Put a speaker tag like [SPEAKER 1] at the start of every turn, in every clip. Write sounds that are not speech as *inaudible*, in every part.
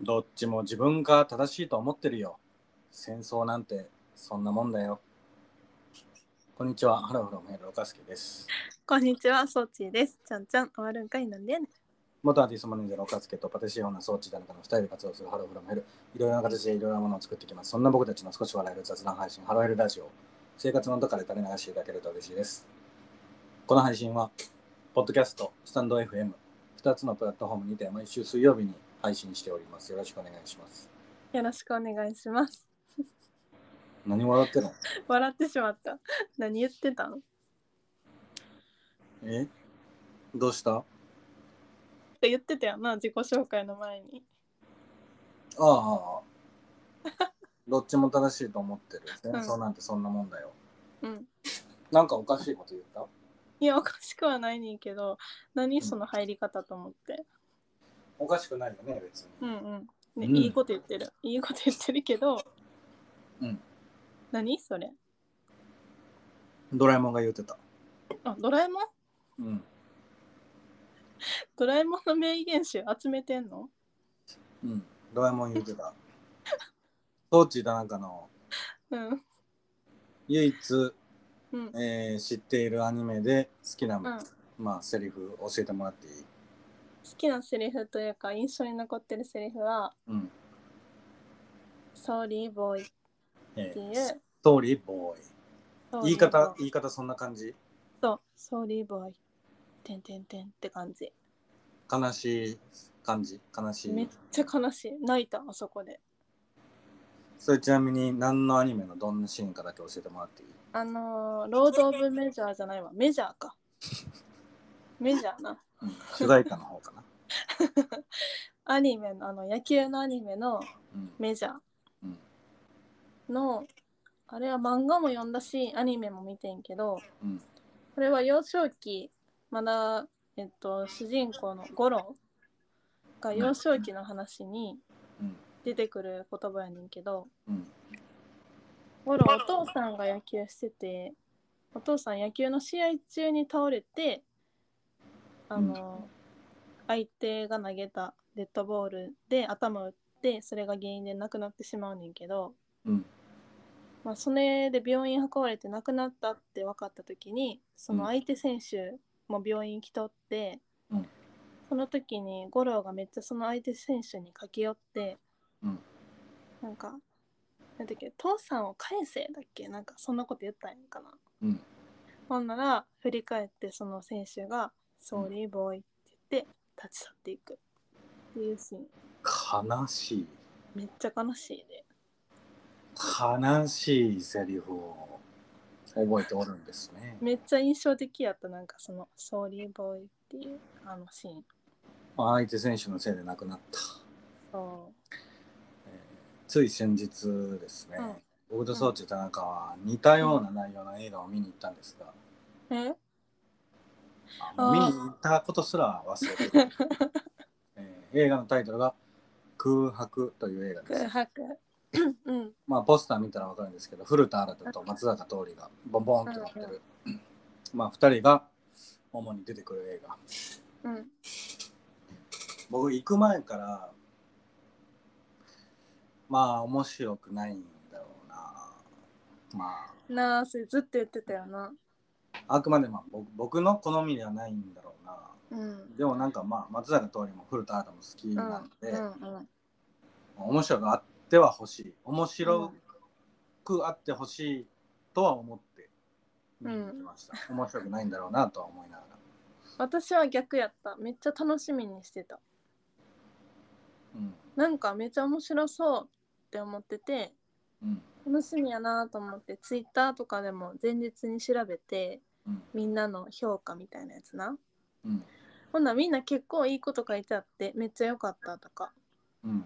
[SPEAKER 1] どっちも自分が正しいと思ってるよ。戦争なんてそんなもんだよ。こんにちは、ハローフロムヘルロカスケです。
[SPEAKER 2] こんにちは、ソーチーです。ちゃんちゃん、終わるんかいなんでやねん。
[SPEAKER 1] 元アーティストマネージャーのロカスケとパティシエオーナー装置だのかの2人で活動するハローフロムヘル。いろいろな形でいろいろなものを作っていきます。そんな僕たちの少し笑える雑談配信、ハローヘルラジオ。生活の中で垂れ流していただけると嬉しいです。この配信は、ポッドキャスト、スタンド FM、2つのプラットフォームにて毎週水曜日に配信しております。よろしくお願いします。
[SPEAKER 2] よろしくお願いします。
[SPEAKER 1] 何笑ってるの
[SPEAKER 2] 笑ってしまった。何言ってたの
[SPEAKER 1] えどうした
[SPEAKER 2] って言ってたよな、自己紹介の前に。
[SPEAKER 1] ああああ。どっちも正しいと思ってる。戦争なんてそんなもんだよ。
[SPEAKER 2] うん。
[SPEAKER 1] なんかおかしいこと言った
[SPEAKER 2] いや、おかしくはないねんけど、何その入り方と思って。
[SPEAKER 1] おかしくないよね、別に。
[SPEAKER 2] うんうん。ね、
[SPEAKER 1] うん
[SPEAKER 2] いいこと言ってる。いいこと言ってるけど、
[SPEAKER 1] うん。
[SPEAKER 2] 何それ
[SPEAKER 1] ドラえもんが言ってた。
[SPEAKER 2] あ、ドラえもん
[SPEAKER 1] うん。
[SPEAKER 2] ドラえもんの名言集集めてんの
[SPEAKER 1] うん。ドラえもん言ってた。トーチー田中の
[SPEAKER 2] うん。
[SPEAKER 1] 唯一、
[SPEAKER 2] うん。
[SPEAKER 1] えー知っているアニメで好きな、
[SPEAKER 2] うん、好
[SPEAKER 1] まあセリフ教えてもらっていい
[SPEAKER 2] きなセリフというか印象に残ってるセリフは
[SPEAKER 1] うん。
[SPEAKER 2] 「Sorry boy」っ
[SPEAKER 1] え
[SPEAKER 2] てい
[SPEAKER 1] ー、ス
[SPEAKER 2] う
[SPEAKER 1] トーリーボーイ。言い方、
[SPEAKER 2] そう
[SPEAKER 1] 言い方そんな感じ
[SPEAKER 2] そう「Sorry boy」てんてんてんって感じ
[SPEAKER 1] 悲しい感じ悲し
[SPEAKER 2] め
[SPEAKER 1] い
[SPEAKER 2] っ。ちゃ悲しい泣いたあそこで
[SPEAKER 1] それちなみに何のアニメのどんなシーンかだけ教えてもらっていい
[SPEAKER 2] あのーロード・オブ・メジャーじゃないわメジャー
[SPEAKER 1] *laughs*
[SPEAKER 2] かメジャーな
[SPEAKER 1] うん主題歌の方か
[SPEAKER 2] *laughs*
[SPEAKER 1] な。
[SPEAKER 2] アニメのあの野球のアニメの
[SPEAKER 1] うん
[SPEAKER 2] メジャ
[SPEAKER 1] うん
[SPEAKER 2] ーのあれは漫画も読んだしアニメも見てんけど
[SPEAKER 1] うん
[SPEAKER 2] これは幼少期まだえっと主人公のゴロが幼少期の話に
[SPEAKER 1] うん
[SPEAKER 2] 出てくる言葉やねんけど、
[SPEAKER 1] うん
[SPEAKER 2] ゴロお父さんが野球しててお父さん野球の試合中に倒れてあの、相手が投げたデッドボールで頭打ってそれが原因で亡くなってしまうねんけど、
[SPEAKER 1] うん
[SPEAKER 2] まあ、それで病院運ばれて亡くなったって分かった時にその相手選手も病院来とって、
[SPEAKER 1] うん
[SPEAKER 2] その時に五郎がめっちゃその相手選手に駆け寄って、
[SPEAKER 1] うん
[SPEAKER 2] なんかなんだっけ父さんを返せだっけなんかそんなこと言ったんやんかな
[SPEAKER 1] うん
[SPEAKER 2] ほんなら振り返ってその選手が「ソーリーボーイ」って言って立ち去っていくっていうシーン
[SPEAKER 1] 悲しい
[SPEAKER 2] めっちゃ悲しいで
[SPEAKER 1] 悲しいセリフを覚えておるんですね。
[SPEAKER 2] めっちゃ印象的やったなんかその「ソーリーボーイ」っていうあのシーン
[SPEAKER 1] まあ相手選手のせいで亡くなった。
[SPEAKER 2] そ
[SPEAKER 1] えーつい先日ですね、
[SPEAKER 2] うん
[SPEAKER 1] 僕と装置田中は似たような内容の映画を見に行ったんですが、
[SPEAKER 2] うえ
[SPEAKER 1] あの
[SPEAKER 2] あー
[SPEAKER 1] 見に行ったことすら忘れ
[SPEAKER 2] *laughs*
[SPEAKER 1] ていた、えー映画のタイトルが「空白」という映画です
[SPEAKER 2] 空。白うん
[SPEAKER 1] まあ、ポスター見たら分かるんですけど古田新太と松坂桃李がボンボンってなってる、まあ2人が主に出てくる映画
[SPEAKER 2] うん
[SPEAKER 1] 僕行く前からまあ面白くないんだろうなま
[SPEAKER 2] なあそれずっと言ってたよな
[SPEAKER 1] ああくまでまあ僕僕の好みではないんだろうな
[SPEAKER 2] うん
[SPEAKER 1] でもなんかまあ松坂桃李も古田新太も好き
[SPEAKER 2] う
[SPEAKER 1] なんんで、
[SPEAKER 2] うんうん
[SPEAKER 1] 面白くあっては欲しい面白くあってほしいとは思って見に行きました、面白くないんだろうなとは思いながら、
[SPEAKER 2] 私は逆やっためっちゃ楽しみにしてた
[SPEAKER 1] うん
[SPEAKER 2] なんかめっちゃ面白そうって思ってて
[SPEAKER 1] うん
[SPEAKER 2] 楽しみやなと思ってツイッターとかでも前日に調べて
[SPEAKER 1] うん
[SPEAKER 2] みんなの評価みたいなやつな
[SPEAKER 1] うん
[SPEAKER 2] ほんならみんな結構いいこと書いてあってめっちゃ良かったとか
[SPEAKER 1] うん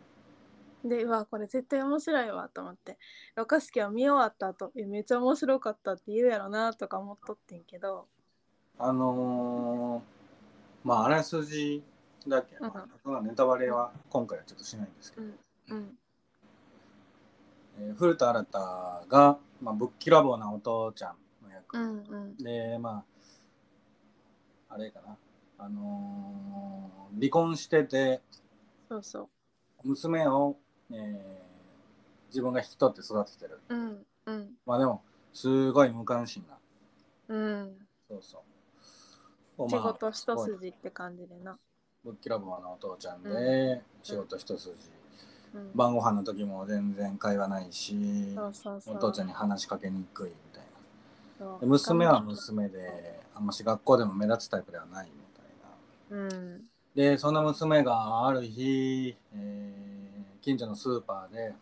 [SPEAKER 2] でうわこれ絶対面白いわと思って若槻は見終わった後えめっちゃ面白かったって言うやろなとか思っとってんけど
[SPEAKER 1] あのー、まああらすじだけど、
[SPEAKER 2] うんうん
[SPEAKER 1] そんなネタバレは今回はちょっとしないんですけど、
[SPEAKER 2] うん
[SPEAKER 1] えー古田新太が、まあ、ぶっきらぼうなお父ちゃんの役、
[SPEAKER 2] うんうん
[SPEAKER 1] でまああれかなあのー離婚してて
[SPEAKER 2] そうそ
[SPEAKER 1] 娘を、えー自分が引き取って育ててる
[SPEAKER 2] うんうん
[SPEAKER 1] まあでもすごい無関心な
[SPEAKER 2] うん
[SPEAKER 1] そうそうお
[SPEAKER 2] 仕
[SPEAKER 1] まあ
[SPEAKER 2] 事一筋って感じでな、
[SPEAKER 1] ぶっきらぼうなお父ちゃんで、
[SPEAKER 2] う
[SPEAKER 1] 仕事一筋、
[SPEAKER 2] うん、
[SPEAKER 1] 晩ご飯の時も全然会話ないし
[SPEAKER 2] そうそうそう
[SPEAKER 1] お父ちゃんに話しかけにくいみたいな
[SPEAKER 2] そう
[SPEAKER 1] で娘は娘であんまし学校でも目立つタイプではないみたいな
[SPEAKER 2] うん
[SPEAKER 1] でその娘がある日、えー近所のスーパーで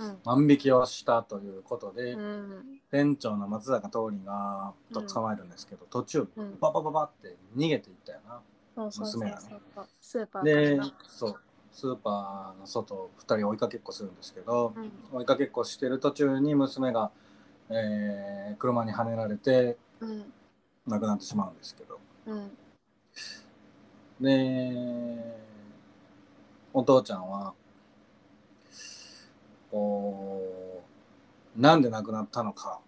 [SPEAKER 2] うん
[SPEAKER 1] 万引きをしたということで、
[SPEAKER 2] うん
[SPEAKER 1] 店長の松坂桃李がと捕まえるんですけど、途中
[SPEAKER 2] うん
[SPEAKER 1] ババババって逃げていったよな、
[SPEAKER 2] そうそうそう
[SPEAKER 1] 娘がね
[SPEAKER 2] そうスーパー
[SPEAKER 1] で
[SPEAKER 2] な
[SPEAKER 1] そうスーパーの外を2人追いかけっこするんですけど、
[SPEAKER 2] うん
[SPEAKER 1] 追いかけっこしてる途中に娘が、えー車にはねられて
[SPEAKER 2] うん
[SPEAKER 1] 亡くなってしまうんですけど
[SPEAKER 2] うん
[SPEAKER 1] でお父ちゃんはこうなんで亡くなったのか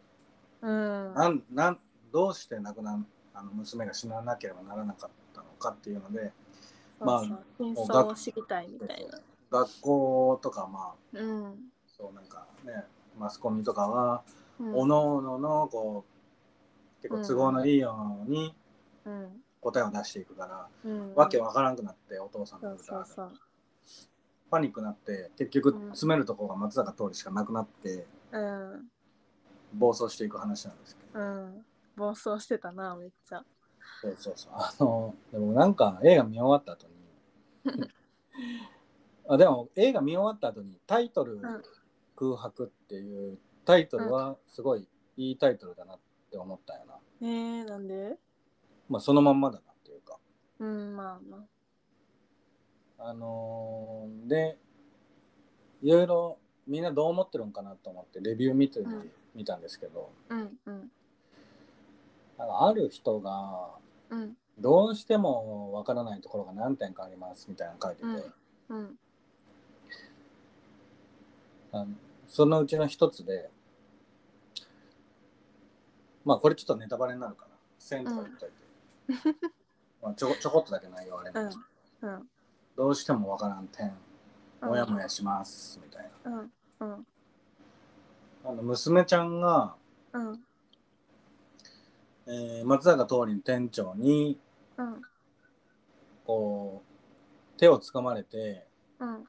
[SPEAKER 2] うん
[SPEAKER 1] なんなんどうして亡くなあの娘が死ななければならなかったのかっていうのでまあ
[SPEAKER 2] そうそう真相を知りたいみたいな
[SPEAKER 1] 学校とかまあ
[SPEAKER 2] うん
[SPEAKER 1] そうなんかねマスコミとかは、
[SPEAKER 2] うん
[SPEAKER 1] おのおののこう結構都合のいいように
[SPEAKER 2] うん
[SPEAKER 1] 答えを出していくから、
[SPEAKER 2] うん
[SPEAKER 1] わけわからんくなってお父さん
[SPEAKER 2] そ
[SPEAKER 1] の
[SPEAKER 2] う
[SPEAKER 1] 歌
[SPEAKER 2] そうそう
[SPEAKER 1] パニックになって結局詰めるところが松坂桃李しかなくなって
[SPEAKER 2] うん
[SPEAKER 1] 暴走していく話なんですけど、
[SPEAKER 2] うん暴走してたなめっちゃ
[SPEAKER 1] そうそうそうあのでもなんか映画見終わった後に
[SPEAKER 2] *laughs*
[SPEAKER 1] あでも映画見終わった後にタイトル
[SPEAKER 2] ん
[SPEAKER 1] 「空白」っていうタイトルはすごいいいタイトルだなって思ったよな、
[SPEAKER 2] えー、なんで
[SPEAKER 1] まあ、そのまんまだなっていうか
[SPEAKER 2] うんまあまあ
[SPEAKER 1] あのーでいろいろみんなどう思ってるんかなと思ってレビュー見てみ、
[SPEAKER 2] うん
[SPEAKER 1] 見たんですけど
[SPEAKER 2] うんうん
[SPEAKER 1] なんかある人が
[SPEAKER 2] うん
[SPEAKER 1] どうしてもわからないところが何点かありますみたいなの書いてて、
[SPEAKER 2] うんうん
[SPEAKER 1] あのそのうちの一つでまあこれちょっとネタバレになるかな1000とか言っといて、まあ、ちょこちょこっとだけ内容あれなんですけど、
[SPEAKER 2] うん
[SPEAKER 1] どうしてもわからん点
[SPEAKER 2] うん
[SPEAKER 1] もやもやしますみたいな、
[SPEAKER 2] うんうん
[SPEAKER 1] あの娘ちゃんが、
[SPEAKER 2] うん
[SPEAKER 1] えー松坂桃李の店長に
[SPEAKER 2] うん
[SPEAKER 1] こう手をつかまれて
[SPEAKER 2] うん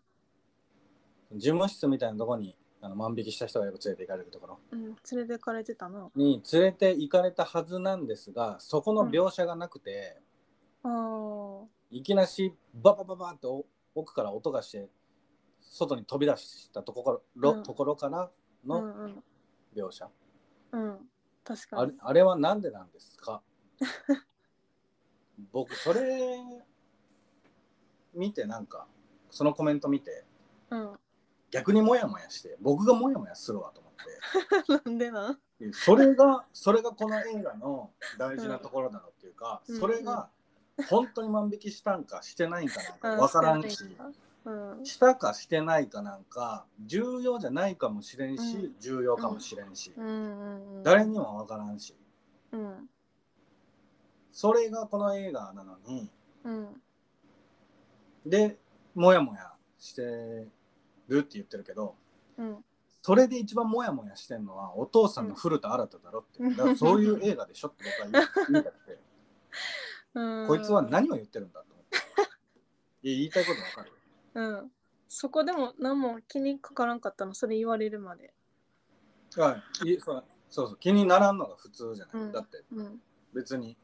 [SPEAKER 1] 事務室みたいなとこにあの万引きした人がよく連れて行かれるところ
[SPEAKER 2] うん連れてかれてたな
[SPEAKER 1] に連れて行かれたはずなんですがそこの描写がなくて、
[SPEAKER 2] あー
[SPEAKER 1] いきなしババババってお奥から音がして外に飛び出したとこからろ、
[SPEAKER 2] うん
[SPEAKER 1] ところから
[SPEAKER 2] う
[SPEAKER 1] の
[SPEAKER 2] んうん
[SPEAKER 1] 描写、
[SPEAKER 2] うん確か
[SPEAKER 1] あれ
[SPEAKER 2] に
[SPEAKER 1] あれは何でなんです
[SPEAKER 2] *laughs*
[SPEAKER 1] か僕それ見てなんかそのコメント見て
[SPEAKER 2] うん
[SPEAKER 1] 逆にモヤモヤして僕がモヤモヤするわと思っ
[SPEAKER 2] なんでなん
[SPEAKER 1] てそれがそれがこの映画の大事なところだろうっていうか、
[SPEAKER 2] うん
[SPEAKER 1] それが本当に万引きしたんかしてないんかなんか
[SPEAKER 2] う
[SPEAKER 1] 分からんし。
[SPEAKER 2] うん
[SPEAKER 1] したかしてないかなんか重要じゃないかもしれんし、
[SPEAKER 2] うん
[SPEAKER 1] 重要かもしれんし、
[SPEAKER 2] うんうんうん
[SPEAKER 1] 誰にもわからんし
[SPEAKER 2] うん
[SPEAKER 1] それがこの映画なのに
[SPEAKER 2] うん
[SPEAKER 1] でモヤモヤしてるって言ってるけど
[SPEAKER 2] うん
[SPEAKER 1] それで一番モヤモヤしてるのはお父さんの古田新太だろって、
[SPEAKER 2] うん
[SPEAKER 1] だからそういう映画でしょって僕は言い言いたくて、
[SPEAKER 2] うん
[SPEAKER 1] こいつは何を言ってるんだと思っていや言いたいことわかる
[SPEAKER 2] うんそこでも何も気にかからんかったのそれ言われるまで
[SPEAKER 1] はいいそうそうそう気にならんのが普通じゃない、
[SPEAKER 2] うん
[SPEAKER 1] だって
[SPEAKER 2] うん
[SPEAKER 1] 別に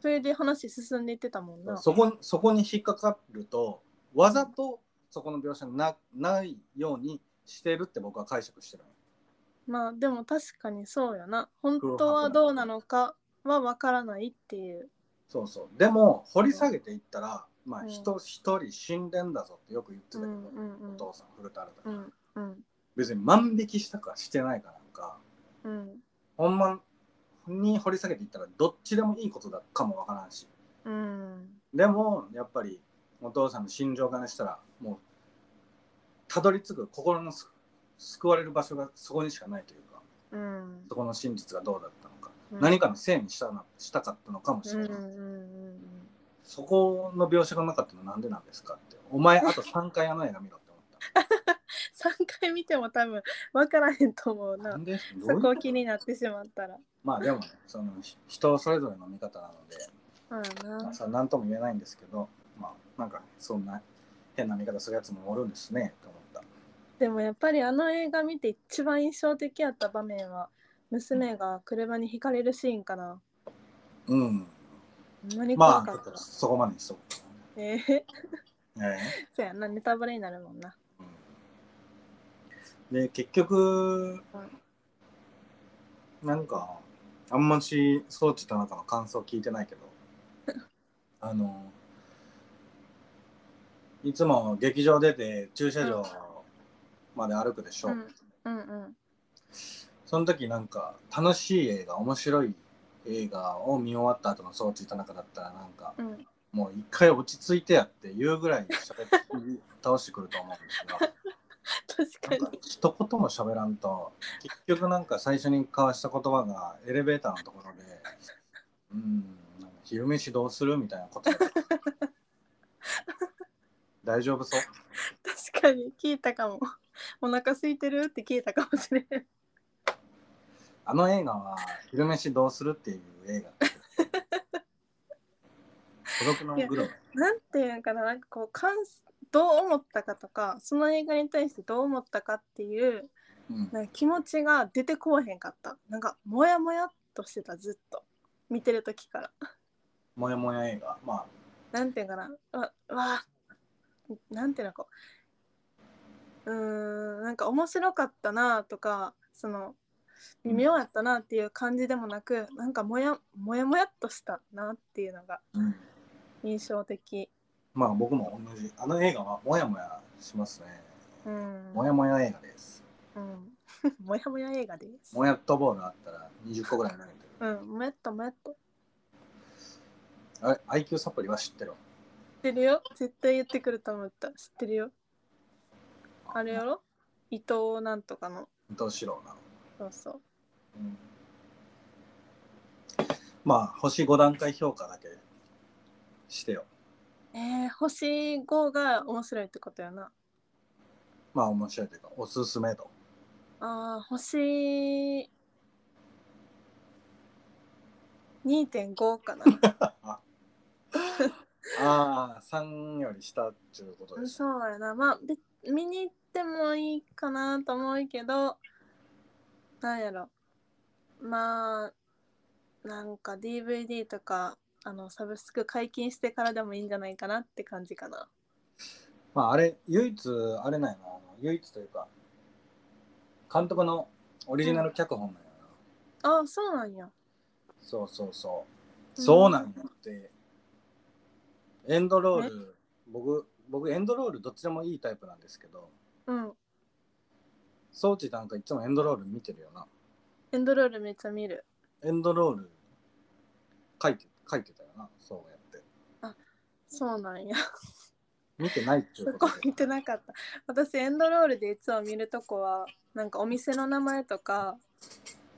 [SPEAKER 2] それで話進んでいってたもんな
[SPEAKER 1] そこそこに引っかかるとわざとそこの描写がなないようにしてるって僕は解釈してるの
[SPEAKER 2] まあでも確かにそうやな本当はどうなのかは分からないっていう
[SPEAKER 1] そうそうでも掘り下げていったら、ま
[SPEAKER 2] う
[SPEAKER 1] あ
[SPEAKER 2] ん
[SPEAKER 1] 人一人死んでんだぞってよく言ってた
[SPEAKER 2] う
[SPEAKER 1] けど、
[SPEAKER 2] んうんうん
[SPEAKER 1] お父さん古田新太
[SPEAKER 2] う
[SPEAKER 1] が、
[SPEAKER 2] んうん
[SPEAKER 1] 別に万引きしたかしてないかなんか
[SPEAKER 2] うん
[SPEAKER 1] ほんまに掘り下げていったらどっちでもいいことだかもわからんし
[SPEAKER 2] うん
[SPEAKER 1] でもやっぱりお父さんの心情からしたらもうたどり着く心のす救われる場所がそこにしかないというか
[SPEAKER 2] うん
[SPEAKER 1] そこの真実がどうだったのか、
[SPEAKER 2] うん
[SPEAKER 1] 何かのせいにしたなしたかったのかもし
[SPEAKER 2] う
[SPEAKER 1] れ
[SPEAKER 2] ん
[SPEAKER 1] な
[SPEAKER 2] う
[SPEAKER 1] い、
[SPEAKER 2] んうん
[SPEAKER 1] そこの描写がなかったのはなんでなんですかってお前あと3回あの映画見ろって思っ
[SPEAKER 2] 3回見ても多分分からへんと思う
[SPEAKER 1] た。な
[SPEAKER 2] なん
[SPEAKER 1] でどうい
[SPEAKER 2] そうこを気になってしまったら
[SPEAKER 1] まあでも、そのひ人それぞれの見方なので、
[SPEAKER 2] うん
[SPEAKER 1] まあ、
[SPEAKER 2] な
[SPEAKER 1] さ何とも言えないんですけど、まあなんかそんな変な見方するやつもおるんですねと思った。
[SPEAKER 2] でもやっぱりあの映画見て一番印象的やった場面は娘が車にひかれるシーンかな
[SPEAKER 1] うん。
[SPEAKER 2] ほんまに怖
[SPEAKER 1] まあ
[SPEAKER 2] か
[SPEAKER 1] ちょ
[SPEAKER 2] っ、
[SPEAKER 1] ったとそこまでにしとこ
[SPEAKER 2] えー、
[SPEAKER 1] うかな。ええ
[SPEAKER 2] そうやなネタバレになるもんな
[SPEAKER 1] で結局なんかあんまし装置田中の感想聞いてないけど
[SPEAKER 2] *laughs*
[SPEAKER 1] あのいつも劇場出て駐車場まで歩くでしょ、
[SPEAKER 2] うんうんうん
[SPEAKER 1] その時なんか楽しい映画面白い映画を見終わった後の装置田中だったらなんか
[SPEAKER 2] うん
[SPEAKER 1] もう一回落ち着いてやって言うぐらい喋って倒してくると思うんですが。なん
[SPEAKER 2] 確か
[SPEAKER 1] か
[SPEAKER 2] に
[SPEAKER 1] 一言も喋らんと結局なんか最初に交わした言葉がエレベーターのところで「うんなんか昼飯どうする?」みたいなことで大丈夫そう
[SPEAKER 2] 確かに聞いたかもお腹空いてるって聞いたかもしれん
[SPEAKER 1] あの映画は「昼飯どうする?」っていう映画孤独のグルメ
[SPEAKER 2] なんていうんかななんかこう感どう思ったかとかその映画に対してどう思ったかっていう
[SPEAKER 1] うん
[SPEAKER 2] なんか気持ちが出てこうへんかったなんかモヤモヤっとしてたずっと見てる時から
[SPEAKER 1] もやもや映画ま
[SPEAKER 2] なんていうんかなうわうわなんていうのかうーんなんか面白かったなとかその微妙やったなっていう感じでもなく、なんかもやもやもやっとしたなっていうのが
[SPEAKER 1] あ、うん、
[SPEAKER 2] 印象的
[SPEAKER 1] まあ僕も同じあの映画はもやもやしますね
[SPEAKER 2] うん
[SPEAKER 1] もやもや映画です
[SPEAKER 2] うん *laughs* もやもや映画です
[SPEAKER 1] もやっとボールあったら20個ぐらい投げてる
[SPEAKER 2] うんもやっともやっと
[SPEAKER 1] あれ IQ サプリは知ってる
[SPEAKER 2] 知ってるよ絶対言ってくると思った知ってるよあれやろ伊藤なんとかの
[SPEAKER 1] 伊藤四郎なの、
[SPEAKER 2] そうそう
[SPEAKER 1] うんまあ星5段階評価だけしてよ
[SPEAKER 2] えー、星5が面白いってことやな
[SPEAKER 1] まあ面白いというかおすすめと
[SPEAKER 2] あー星2.5かな
[SPEAKER 1] ああ3より下っていうことです
[SPEAKER 2] そうやなまあべ見に行ってもいいかなと思うけどなんやろまあなんか DVD とかあのサブスク解禁してからでもいいんじゃないかなって感じかな
[SPEAKER 1] まああれ唯一あれなんやなあの唯一というか監督のオリジナル脚本なんやな、
[SPEAKER 2] ああそうなんや
[SPEAKER 1] そうそうそう
[SPEAKER 2] うん
[SPEAKER 1] そうなんやってエンドロール僕僕エンドロールどっちでもいいタイプなんですけど
[SPEAKER 2] うん
[SPEAKER 1] 装置なんかいつもエンドロール見てるよな
[SPEAKER 2] エンドロールめっちゃ見る
[SPEAKER 1] エンドロール書いて書いてたよなそうやって
[SPEAKER 2] そうなんや
[SPEAKER 1] 見てないってい
[SPEAKER 2] そう
[SPEAKER 1] こ
[SPEAKER 2] こ
[SPEAKER 1] で
[SPEAKER 2] と見てなかった私エンドロールでいつも見るとこはなんかお店の名前とか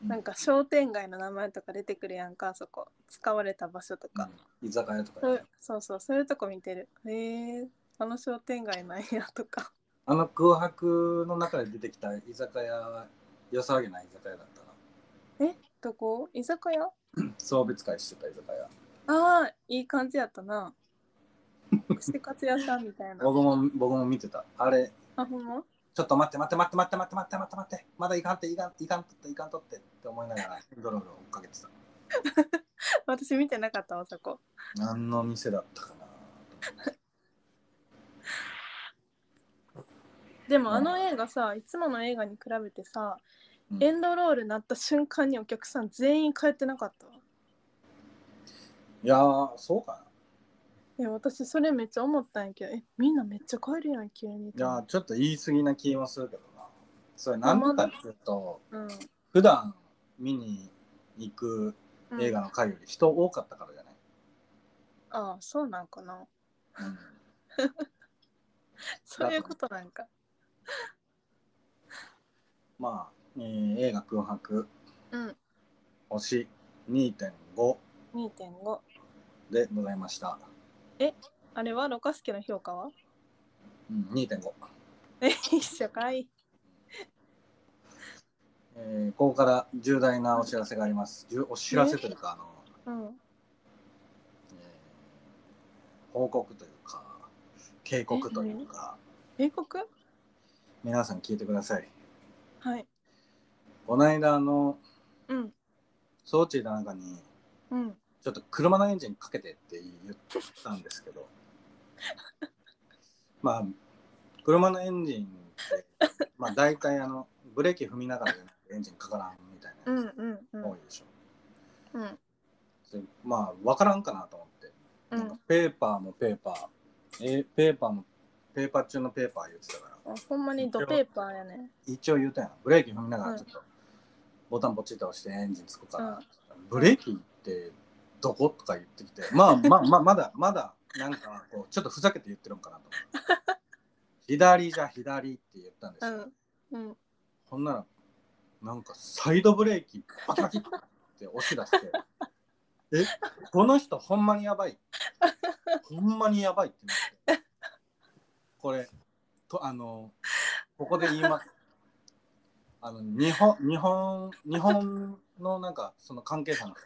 [SPEAKER 1] うん
[SPEAKER 2] なんか商店街の名前とか出てくるやんかそこ使われた場所とか、
[SPEAKER 1] うん居酒屋とか
[SPEAKER 2] そ
[SPEAKER 1] ね、
[SPEAKER 2] うそうそうそういうとこ見てるへえあの商店街なんやとか *laughs*
[SPEAKER 1] あの空白の中で出てきた居酒屋は良さげな居酒屋だったな
[SPEAKER 2] えどこ居酒屋
[SPEAKER 1] 送別会してた居酒屋
[SPEAKER 2] ああいい感じやったな串カツ屋さんみたいな
[SPEAKER 1] *laughs* 僕も僕も見てたあれ
[SPEAKER 2] あほんま
[SPEAKER 1] ちょっと待って待って待って待って待って待って待って待ってまだいかんっていかんいかんとっていかんとってって思いながらエンドロールを追っかけてた
[SPEAKER 2] 私見てなかったわそこ
[SPEAKER 1] 何の店だったかな
[SPEAKER 2] でもあの映画さいつもの映画に比べてさ、
[SPEAKER 1] うん
[SPEAKER 2] エンドロールなった瞬間にお客さん全員帰ってなかったわ
[SPEAKER 1] いやーそうか
[SPEAKER 2] いや私それめっちゃ思ったんやけどえみんなめっちゃ帰るやん急に
[SPEAKER 1] ないやーちょっと言い過ぎな気もするけどなそれなんでかっていうと
[SPEAKER 2] うん
[SPEAKER 1] 普段見に行く
[SPEAKER 2] うん
[SPEAKER 1] 映画の回より人多かったからじゃない、
[SPEAKER 2] ああそうなんかな
[SPEAKER 1] うん
[SPEAKER 2] そういうことなんか
[SPEAKER 1] まあ、えー映画空白
[SPEAKER 2] うん
[SPEAKER 1] 星2.5
[SPEAKER 2] 2.5
[SPEAKER 1] でございました、
[SPEAKER 2] あれはロカスケの評価は
[SPEAKER 1] う
[SPEAKER 2] *laughs*
[SPEAKER 1] ん、2.5
[SPEAKER 2] え、一緒かい。
[SPEAKER 1] えーここから重大なお知らせがあります。じゅお知らせというか、あの、
[SPEAKER 2] うん。
[SPEAKER 1] えー報告というか、警告というか、
[SPEAKER 2] 英国
[SPEAKER 1] 皆さん聞いてください。
[SPEAKER 2] はい。
[SPEAKER 1] この間、あの、
[SPEAKER 2] うん。
[SPEAKER 1] 装置の中に、
[SPEAKER 2] うん。
[SPEAKER 1] ちょっと車のエンジンかけてって言ったんですけど、まあ、車のエンジンって、まあ、大体あの、ブレーキ踏みながらじゃなくてエンジンかからんみたい
[SPEAKER 2] うん
[SPEAKER 1] な
[SPEAKER 2] う
[SPEAKER 1] や
[SPEAKER 2] んう
[SPEAKER 1] つ
[SPEAKER 2] ん
[SPEAKER 1] 多いでしょ。
[SPEAKER 2] うん
[SPEAKER 1] でまあ、わからんかなと思って、
[SPEAKER 2] う
[SPEAKER 1] なんか
[SPEAKER 2] ん。
[SPEAKER 1] ペーパーもペーパー、えペーパーもペーパー中のペーパー言ってたから、
[SPEAKER 2] あほんまにドペーパーやね。
[SPEAKER 1] 一応言うたやん。ブレーキ踏みなが
[SPEAKER 2] う
[SPEAKER 1] ら
[SPEAKER 2] ん
[SPEAKER 1] ちょっと、ボタンポチッと押してエンジンつくから、
[SPEAKER 2] うん
[SPEAKER 1] ブレーキってどことか言ってきて、まあまあまあ、まだまだなんかこう、ちょっとふざけて言ってるんかなと思っ
[SPEAKER 2] *laughs*
[SPEAKER 1] て。左じゃ左って言ったんです
[SPEAKER 2] う
[SPEAKER 1] よ。
[SPEAKER 2] ん。うん。
[SPEAKER 1] ほんなら、なんかサイドブレーキバキバキって押し出して、え、この人ほんまにやばい。ほんまにやばいってなって。これ、とあの、ここで言います。あの日本日本日本のなんかその関係者の人、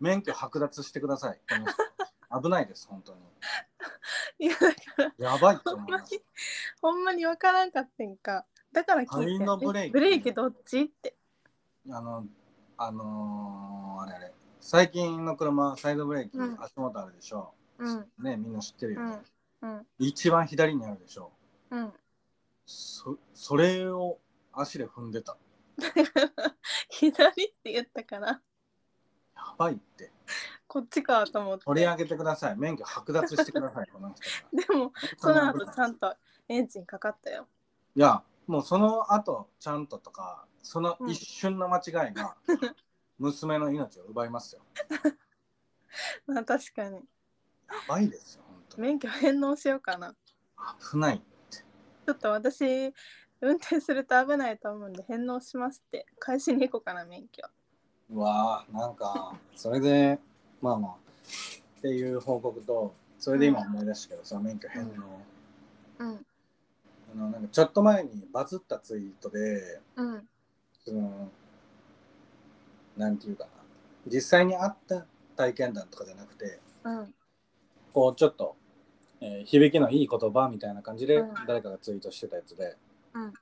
[SPEAKER 1] 免許剥奪してください。この人危ないです、本当に。
[SPEAKER 2] いや、だから、
[SPEAKER 1] やばいと
[SPEAKER 2] ほん
[SPEAKER 1] 思い
[SPEAKER 2] ま
[SPEAKER 1] ま
[SPEAKER 2] に
[SPEAKER 1] す。、
[SPEAKER 2] ほんまにわからんかってんか。だから聞いてん
[SPEAKER 1] タイのブレーキ
[SPEAKER 2] えブレーキどっちって。
[SPEAKER 1] あの、あのーあれあれ、最近の車、サイドブレーキ、
[SPEAKER 2] うん
[SPEAKER 1] 足元あるでしょ。
[SPEAKER 2] うん。
[SPEAKER 1] ね、みんな知ってる
[SPEAKER 2] う
[SPEAKER 1] よね
[SPEAKER 2] ん。。うん。
[SPEAKER 1] 一番左にあるでしょ。
[SPEAKER 2] うん。
[SPEAKER 1] そそれを足で踏んでた。
[SPEAKER 2] 左って言ったから、
[SPEAKER 1] やばいって。
[SPEAKER 2] こっちかと思って。
[SPEAKER 1] 取り上げてください。免許剥奪してくだ
[SPEAKER 2] *laughs*
[SPEAKER 1] さい、この人から。
[SPEAKER 2] でも、その後ちゃんとエンジンかかったよ。
[SPEAKER 1] いや、もうその後、ちゃんととか、その一瞬の間違い
[SPEAKER 2] *laughs*
[SPEAKER 1] が、娘の命を奪いますよ。
[SPEAKER 2] まあ確かに。
[SPEAKER 1] やばいですよ、本当に。
[SPEAKER 2] 免許返納しようかな。
[SPEAKER 1] 危ない。
[SPEAKER 2] ちょっと私、運転すると危ないと思うんで、返納しますって。返しに行こうかな、免許。
[SPEAKER 1] うわあなんかそれでまあまあっていう報告とそれで今思い出したけどさ免許返納、
[SPEAKER 2] うん。
[SPEAKER 1] あのなんかちょっと前にバズったツイートで
[SPEAKER 2] うん。
[SPEAKER 1] そのなんていうかな実際にあった体験談とかじゃなくて
[SPEAKER 2] うん。
[SPEAKER 1] こうちょっと、えー響きのいい言葉みたいな感じで
[SPEAKER 2] うん
[SPEAKER 1] 誰かがツイートしてたやつで、
[SPEAKER 2] うん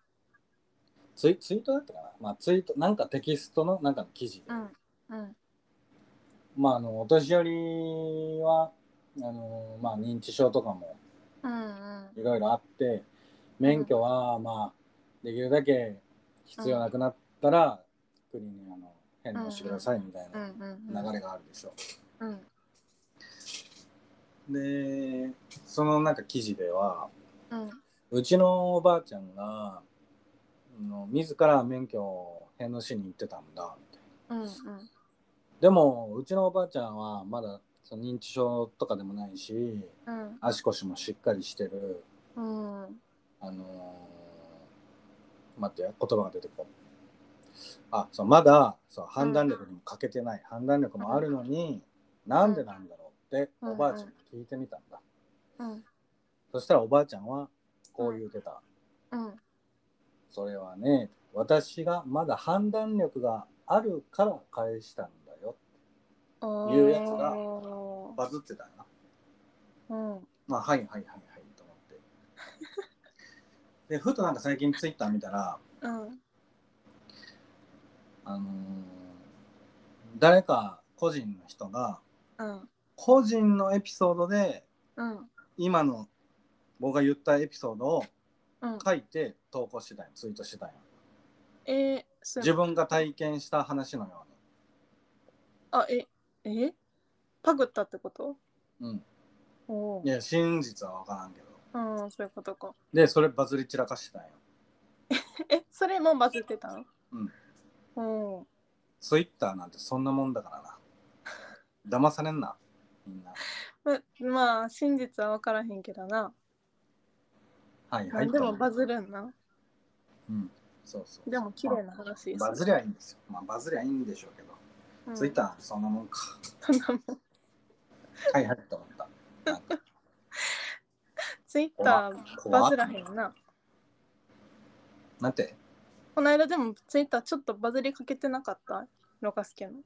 [SPEAKER 1] ツイツイートだったかな、まあ、ツイートなんかテキストのなんかの記事で、
[SPEAKER 2] うん。うん。
[SPEAKER 1] まあ、あのお年寄りはあの、まあ、認知症とかも
[SPEAKER 2] うん。
[SPEAKER 1] いろいろあって免許は、まあ、できるだけ必要なくなったら、国にあの返納してくださいみたい
[SPEAKER 2] うん。う。
[SPEAKER 1] なん
[SPEAKER 2] うん。
[SPEAKER 1] 流れがあるでしょ
[SPEAKER 2] うん。
[SPEAKER 1] う。でそのなんか記事では
[SPEAKER 2] うん。
[SPEAKER 1] うちのおばあちゃんがあの自ら免許を返納しに行ってたんだみたいな
[SPEAKER 2] うん。
[SPEAKER 1] でもうちのおばあちゃんはまだその認知症とかでもないし
[SPEAKER 2] うん。
[SPEAKER 1] 足腰もしっかりしてる
[SPEAKER 2] うん。うん。
[SPEAKER 1] あのー待ってよ言葉が出てこうあそうまだそう判断力にも欠けてない、判断力もあるのに、なんでなんだろうって
[SPEAKER 2] うん
[SPEAKER 1] おばあちゃんに聞いてみたんだ、
[SPEAKER 2] うん。
[SPEAKER 1] そしたらおばあちゃんはこう言うてた、
[SPEAKER 2] うん。
[SPEAKER 1] それはね私がまだ判断力があるから返したんだよいうやつがバズってたよな
[SPEAKER 2] うん。
[SPEAKER 1] まあはいはいはいはいと思
[SPEAKER 2] *laughs*
[SPEAKER 1] ってでふとなんか最近ツイッター見たら
[SPEAKER 2] うん。
[SPEAKER 1] あのー誰か個人の人が
[SPEAKER 2] うん。
[SPEAKER 1] 個人のエピソードで
[SPEAKER 2] うん。
[SPEAKER 1] 今の僕が言ったエピソードを
[SPEAKER 2] うん。
[SPEAKER 1] 書いて投稿してたんよツイートしてたんよ
[SPEAKER 2] えー、す
[SPEAKER 1] 自分が体験した話のよ
[SPEAKER 2] あ、え、えパグったってこと
[SPEAKER 1] うに、
[SPEAKER 2] お
[SPEAKER 1] うん、いや真実は分からんけど
[SPEAKER 2] うん、そういうことか。
[SPEAKER 1] でそれバズり散らかしてたんよ
[SPEAKER 2] え、それもバズってたのうん。うん。
[SPEAKER 1] ツイッターなんてそんなもんだから
[SPEAKER 2] *laughs*
[SPEAKER 1] な騙されんなみんな
[SPEAKER 2] ままあ、真実は分からへんけどな。
[SPEAKER 1] はい
[SPEAKER 2] ま
[SPEAKER 1] は
[SPEAKER 2] あ
[SPEAKER 1] い
[SPEAKER 2] でもバズるんな。
[SPEAKER 1] うんそうそう
[SPEAKER 2] でも綺麗な話です。
[SPEAKER 1] バズりゃいいんですよ、まあ、バズりゃいいんでしょうけど、
[SPEAKER 2] うん
[SPEAKER 1] ツイッターなんてそんなもんか
[SPEAKER 2] *laughs* そんなもん
[SPEAKER 1] はいはいと思ったなんか
[SPEAKER 2] ツイッターバズらへんな。
[SPEAKER 1] なんて
[SPEAKER 2] この間でもツイッターちょっとバズりかけてなかったロカスケの。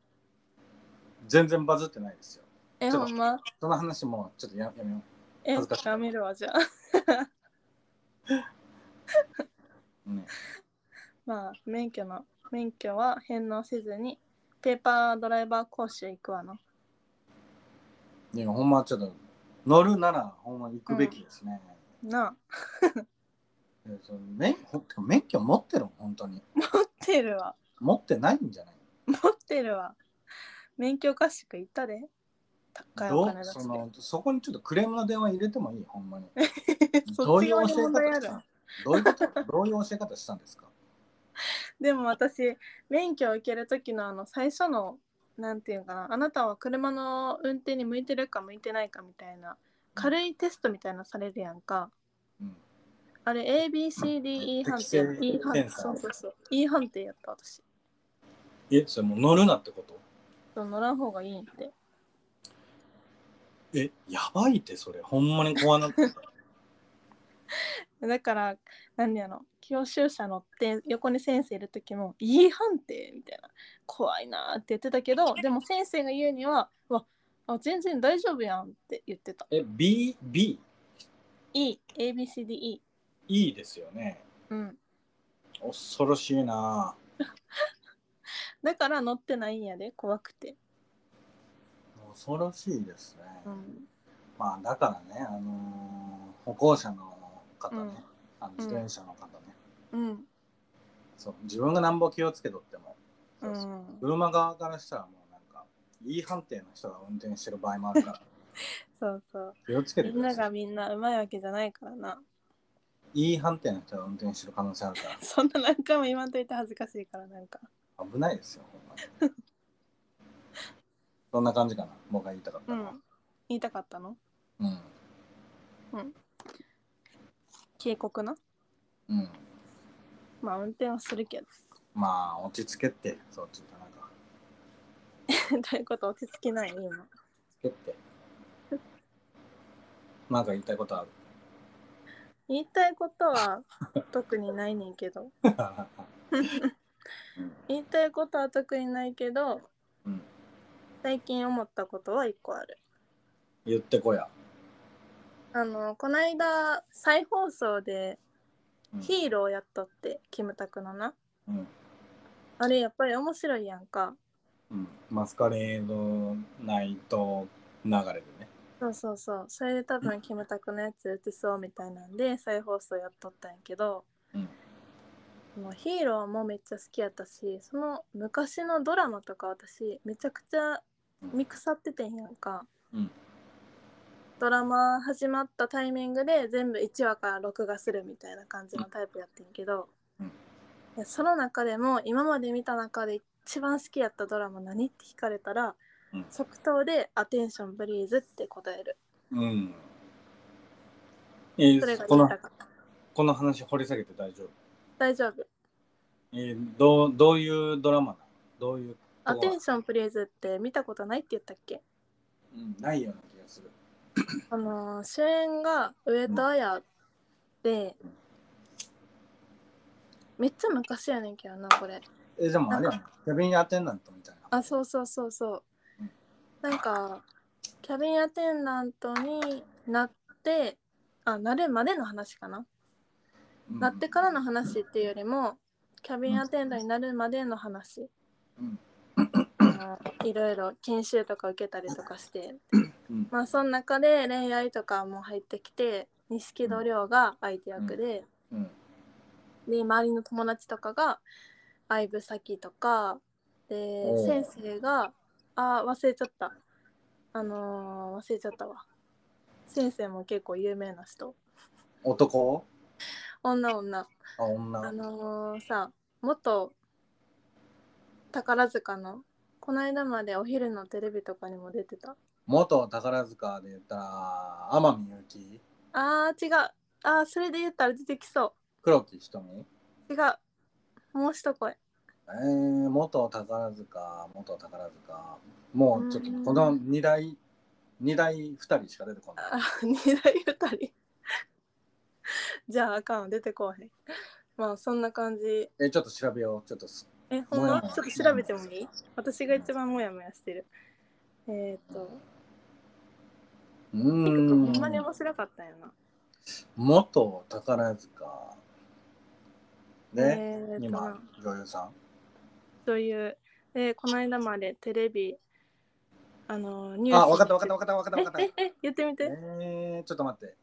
[SPEAKER 1] 全然バズってないですよ。
[SPEAKER 2] え、
[SPEAKER 1] ちょっ
[SPEAKER 2] ほ
[SPEAKER 1] と
[SPEAKER 2] んま
[SPEAKER 1] その話もちょっとややめよ
[SPEAKER 2] え、
[SPEAKER 1] 恥ずかしい
[SPEAKER 2] やめるわ、じゃあ。 *laughs*
[SPEAKER 1] う。ね、
[SPEAKER 2] まあ、免許の、免許は返納せずに、ペーパードライバー講習行くわな。
[SPEAKER 1] でもほんまちょっと乗るならほんま行くべきですね。
[SPEAKER 2] なあ、
[SPEAKER 1] えその免ほんてか免許持ってるの本当に。
[SPEAKER 2] 持ってるわ。 *laughs*
[SPEAKER 1] 持ってないんじゃない
[SPEAKER 2] 持ってるわ。免許合宿行ったで。高いお
[SPEAKER 1] どう
[SPEAKER 2] 金出して
[SPEAKER 1] そ。のそこにちょっとクレームの電話入れてもいいほんまに。ど
[SPEAKER 2] *laughs* そっ
[SPEAKER 1] う
[SPEAKER 2] ち
[SPEAKER 1] いう教え
[SPEAKER 2] 側に問題あ
[SPEAKER 1] 方し
[SPEAKER 2] る
[SPEAKER 1] た。のどういうことどういう教え方したんですか
[SPEAKER 2] でも私免許を受ける時のあの最初のなんていうのかなあなたは車の運転に向いてるか向いてないかみたいな軽いテストみたいなのされるやんか
[SPEAKER 1] うん、
[SPEAKER 2] あれ ABCDE 判定
[SPEAKER 1] 適正
[SPEAKER 2] E 判定
[SPEAKER 1] 検査
[SPEAKER 2] そうそうそう E 判定やった私
[SPEAKER 1] え、それもう乗るなってこと
[SPEAKER 2] そう乗らん方がいいって
[SPEAKER 1] え、やばいってそれ。ほんまに怖なって *laughs* きた。
[SPEAKER 2] だから何やろ教習車乗って横に先生いる時も「いい判定」みたいな「怖いな」って言ってたけど *laughs* でも先生が言うには「うわあ全然大丈夫やん」って言ってた
[SPEAKER 1] え、B、B、
[SPEAKER 2] 「E」「ABCDE」
[SPEAKER 1] E ですよね。
[SPEAKER 2] うん
[SPEAKER 1] 恐ろしいな
[SPEAKER 2] だから乗ってないんやで怖くて、
[SPEAKER 1] 恐ろしいですね。
[SPEAKER 2] ん、
[SPEAKER 1] まあだからね、あのー歩行者の方ね、
[SPEAKER 2] うん
[SPEAKER 1] あの自転車の方ね、
[SPEAKER 2] うん
[SPEAKER 1] そう自分がなんぼ気をつけとっても、
[SPEAKER 2] う
[SPEAKER 1] そうん車側からしたらもうなんか、いい判定の人が運転してる場合もある
[SPEAKER 2] *laughs*
[SPEAKER 1] から、
[SPEAKER 2] そうそう
[SPEAKER 1] 気をつけて
[SPEAKER 2] み
[SPEAKER 1] く
[SPEAKER 2] ん
[SPEAKER 1] だ
[SPEAKER 2] な
[SPEAKER 1] さ
[SPEAKER 2] が
[SPEAKER 1] い。
[SPEAKER 2] みんなうまいわけじゃないからない
[SPEAKER 1] い判定の人が運転してる可能性あるか、
[SPEAKER 2] そんな何回も言わんといて恥ずかしいからなんから
[SPEAKER 1] 危ないですよ、ほんまに。そんな感じかな、僕が言いたかった
[SPEAKER 2] う
[SPEAKER 1] の
[SPEAKER 2] ん
[SPEAKER 1] は。
[SPEAKER 2] 言いたかったの
[SPEAKER 1] うん。
[SPEAKER 2] 警告な
[SPEAKER 1] うん。
[SPEAKER 2] まあ運転はするけど
[SPEAKER 1] まあ、落ち着けって、そっちかなんか。
[SPEAKER 2] どういうこと落ち着きない今
[SPEAKER 1] つけ
[SPEAKER 2] *laughs*
[SPEAKER 1] って。なんか言いたいことある。
[SPEAKER 2] 言いたいことは特にないねんけど *laughs*
[SPEAKER 1] *laughs* うん
[SPEAKER 2] 言いたいことは特にないけど
[SPEAKER 1] うん、
[SPEAKER 2] 最近思ったことは一個ある
[SPEAKER 1] 言ってこや。
[SPEAKER 2] あのこの間再放送で
[SPEAKER 1] うん
[SPEAKER 2] ヒーローやっとってキムタクのな
[SPEAKER 1] うん
[SPEAKER 2] あれやっぱり面白いやんか。
[SPEAKER 1] うん、マスカレードナイト流れでね。
[SPEAKER 2] そうそうそう。それで多分キムタクのやつ映そうみたいなんで再放送やっとったんやけど、
[SPEAKER 1] うん
[SPEAKER 2] そのヒーローもめっちゃ好きやったし、その昔のドラマとか私めちゃくちゃ見腐っててんやんか。
[SPEAKER 1] うん
[SPEAKER 2] ドラマ始まったタイミングで全部1話から録画するみたいな感じのタイプやってんけど、
[SPEAKER 1] うん
[SPEAKER 2] でその中でも今まで見た中で一番好きやったドラマ何って聞かれたら、
[SPEAKER 1] うん
[SPEAKER 2] 即答で「アテンションブリーズ」って答える
[SPEAKER 1] うん。えー
[SPEAKER 2] それが
[SPEAKER 1] こ
[SPEAKER 2] 言い
[SPEAKER 1] の
[SPEAKER 2] たかった
[SPEAKER 1] この話掘り下げて大丈夫。
[SPEAKER 2] 大丈夫
[SPEAKER 1] えーどうどういうドラマなのどういう
[SPEAKER 2] 「
[SPEAKER 1] と
[SPEAKER 2] ア
[SPEAKER 1] こ
[SPEAKER 2] テンションブリーズ」って見たことないって言ったっけ
[SPEAKER 1] うん、ないような気がする。
[SPEAKER 2] あのー主演が上戸彩で、
[SPEAKER 1] うん
[SPEAKER 2] めっちゃ昔やねんけどなこれ
[SPEAKER 1] えーでもあれやな。キャビンアテンダントみたいな。
[SPEAKER 2] あそうそうそうそう
[SPEAKER 1] うん
[SPEAKER 2] なんかキャビンアテンダントになってあなるまでの話かな、
[SPEAKER 1] うん
[SPEAKER 2] なってからの話っていうよりもキャビンアテンダントになるまでの話、
[SPEAKER 1] うん
[SPEAKER 2] あのいろいろ研修とか受けたりとかして、
[SPEAKER 1] うん
[SPEAKER 2] まあその中で恋愛とかも入ってきて錦戸亮が相手役で、
[SPEAKER 1] うん
[SPEAKER 2] で周りの友達とかが相武咲とかで
[SPEAKER 1] おう
[SPEAKER 2] 先生があー忘れちゃったあのー忘れちゃったわ先生も結構有名な人
[SPEAKER 1] 男
[SPEAKER 2] 女女
[SPEAKER 1] あ女、
[SPEAKER 2] あのーさ元宝塚のこの間までお昼のテレビとかにも出てた
[SPEAKER 1] 元宝塚で言ったら天海祐希
[SPEAKER 2] あー違うあーそれで言ったら出てきそ
[SPEAKER 1] 黒木瞳
[SPEAKER 2] う違うもう一声
[SPEAKER 1] えー、元宝塚元宝塚もうちょっと
[SPEAKER 2] うん
[SPEAKER 1] この2代2代2人しか出てこ
[SPEAKER 2] *laughs*
[SPEAKER 1] ない
[SPEAKER 2] あー二代二人じゃああかん出てこうへんまあそんな感じ。
[SPEAKER 1] え、ちょっと調べよう。ちょっとす
[SPEAKER 2] え、ほん
[SPEAKER 1] もや
[SPEAKER 2] ま
[SPEAKER 1] もや
[SPEAKER 2] ちょっと調べてもいい私が一番モヤモヤしてる。えー、っと、
[SPEAKER 1] う
[SPEAKER 2] ピク
[SPEAKER 1] ー
[SPEAKER 2] コほんまに
[SPEAKER 1] ん。
[SPEAKER 2] 面白かったんやな。
[SPEAKER 1] 元宝塚。ね、
[SPEAKER 2] えー、っと
[SPEAKER 1] 今
[SPEAKER 2] な、
[SPEAKER 1] 女優さん。
[SPEAKER 2] そういう、で、この間までテレビ、あの、ニュース。
[SPEAKER 1] あ、わかったわかったわかったわかったわかった。
[SPEAKER 2] え、え、え、言ってみて。
[SPEAKER 1] えー、ちょっと待って。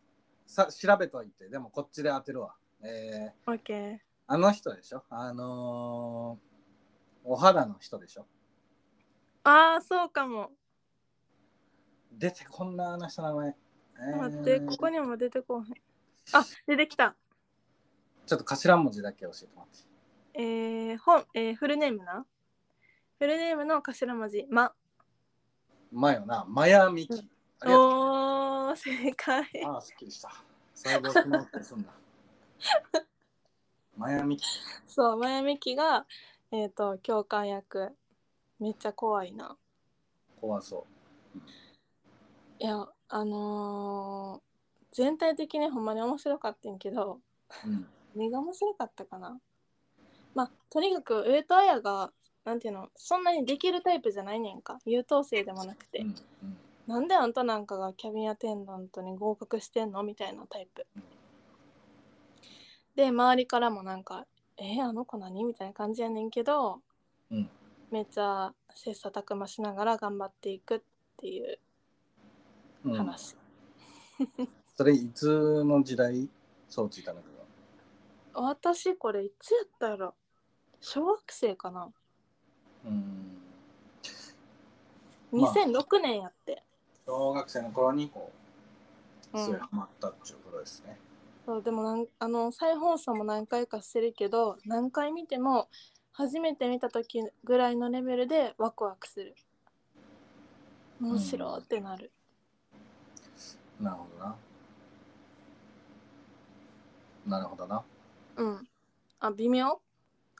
[SPEAKER 1] さ調べといて、でもこっちで当てるわ。えー、
[SPEAKER 2] オッケー。
[SPEAKER 1] あの人でしょあのー、お肌の人でしょ
[SPEAKER 2] ああ、そうかも。
[SPEAKER 1] 出てこんなあの人の名前。えー
[SPEAKER 2] 待って、ここにも出てこうへん。あ、出てきた。
[SPEAKER 1] ちょっと頭文字だけ教えてもらって。
[SPEAKER 2] えー、本、えー、フルネームな。フルネームの頭文字、ま。
[SPEAKER 1] マヨな、マヤミキ。ありがとう。
[SPEAKER 2] おー、正解。
[SPEAKER 1] ああ、すっきりした。細胞機能ってそんな。 *laughs* マヤミキ。
[SPEAKER 2] そう、まやみきが、えっ、と、教官役。めっちゃ怖いな。
[SPEAKER 1] 怖そ
[SPEAKER 2] いや、あのー全体的にほんまに面白かったんけど、
[SPEAKER 1] う。うん。
[SPEAKER 2] 何が面白かったかなまあ、とにかく上戸彩が、なんていうの、そんなにできるタイプじゃないねんか。優等生でもなくて。
[SPEAKER 1] うん。
[SPEAKER 2] なんであんたなんかがキャビンアテンダントに合格してんのみたいなタイプで周りからもなんか「えーあの子何?」みたいな感じやねんけど、
[SPEAKER 1] うん
[SPEAKER 2] めっちゃ切磋琢磨しながら頑張っていくっていう
[SPEAKER 1] うん。うん、
[SPEAKER 2] 話、
[SPEAKER 1] それ、いつの時代そうついたのか
[SPEAKER 2] 私これいつやったやろ小学生かな
[SPEAKER 1] が。うん。まあ
[SPEAKER 2] 2006年やって、
[SPEAKER 1] 小学生の頃に、こう、
[SPEAKER 2] うん
[SPEAKER 1] すごいハマったっていうことですね。
[SPEAKER 2] そうでもなんあの再放送も何回かしてるけど何回見ても初めて見た時ぐらいのレベルでワクワクする面白いってなる、
[SPEAKER 1] なるほどな。なるほどな。
[SPEAKER 2] うんあ微妙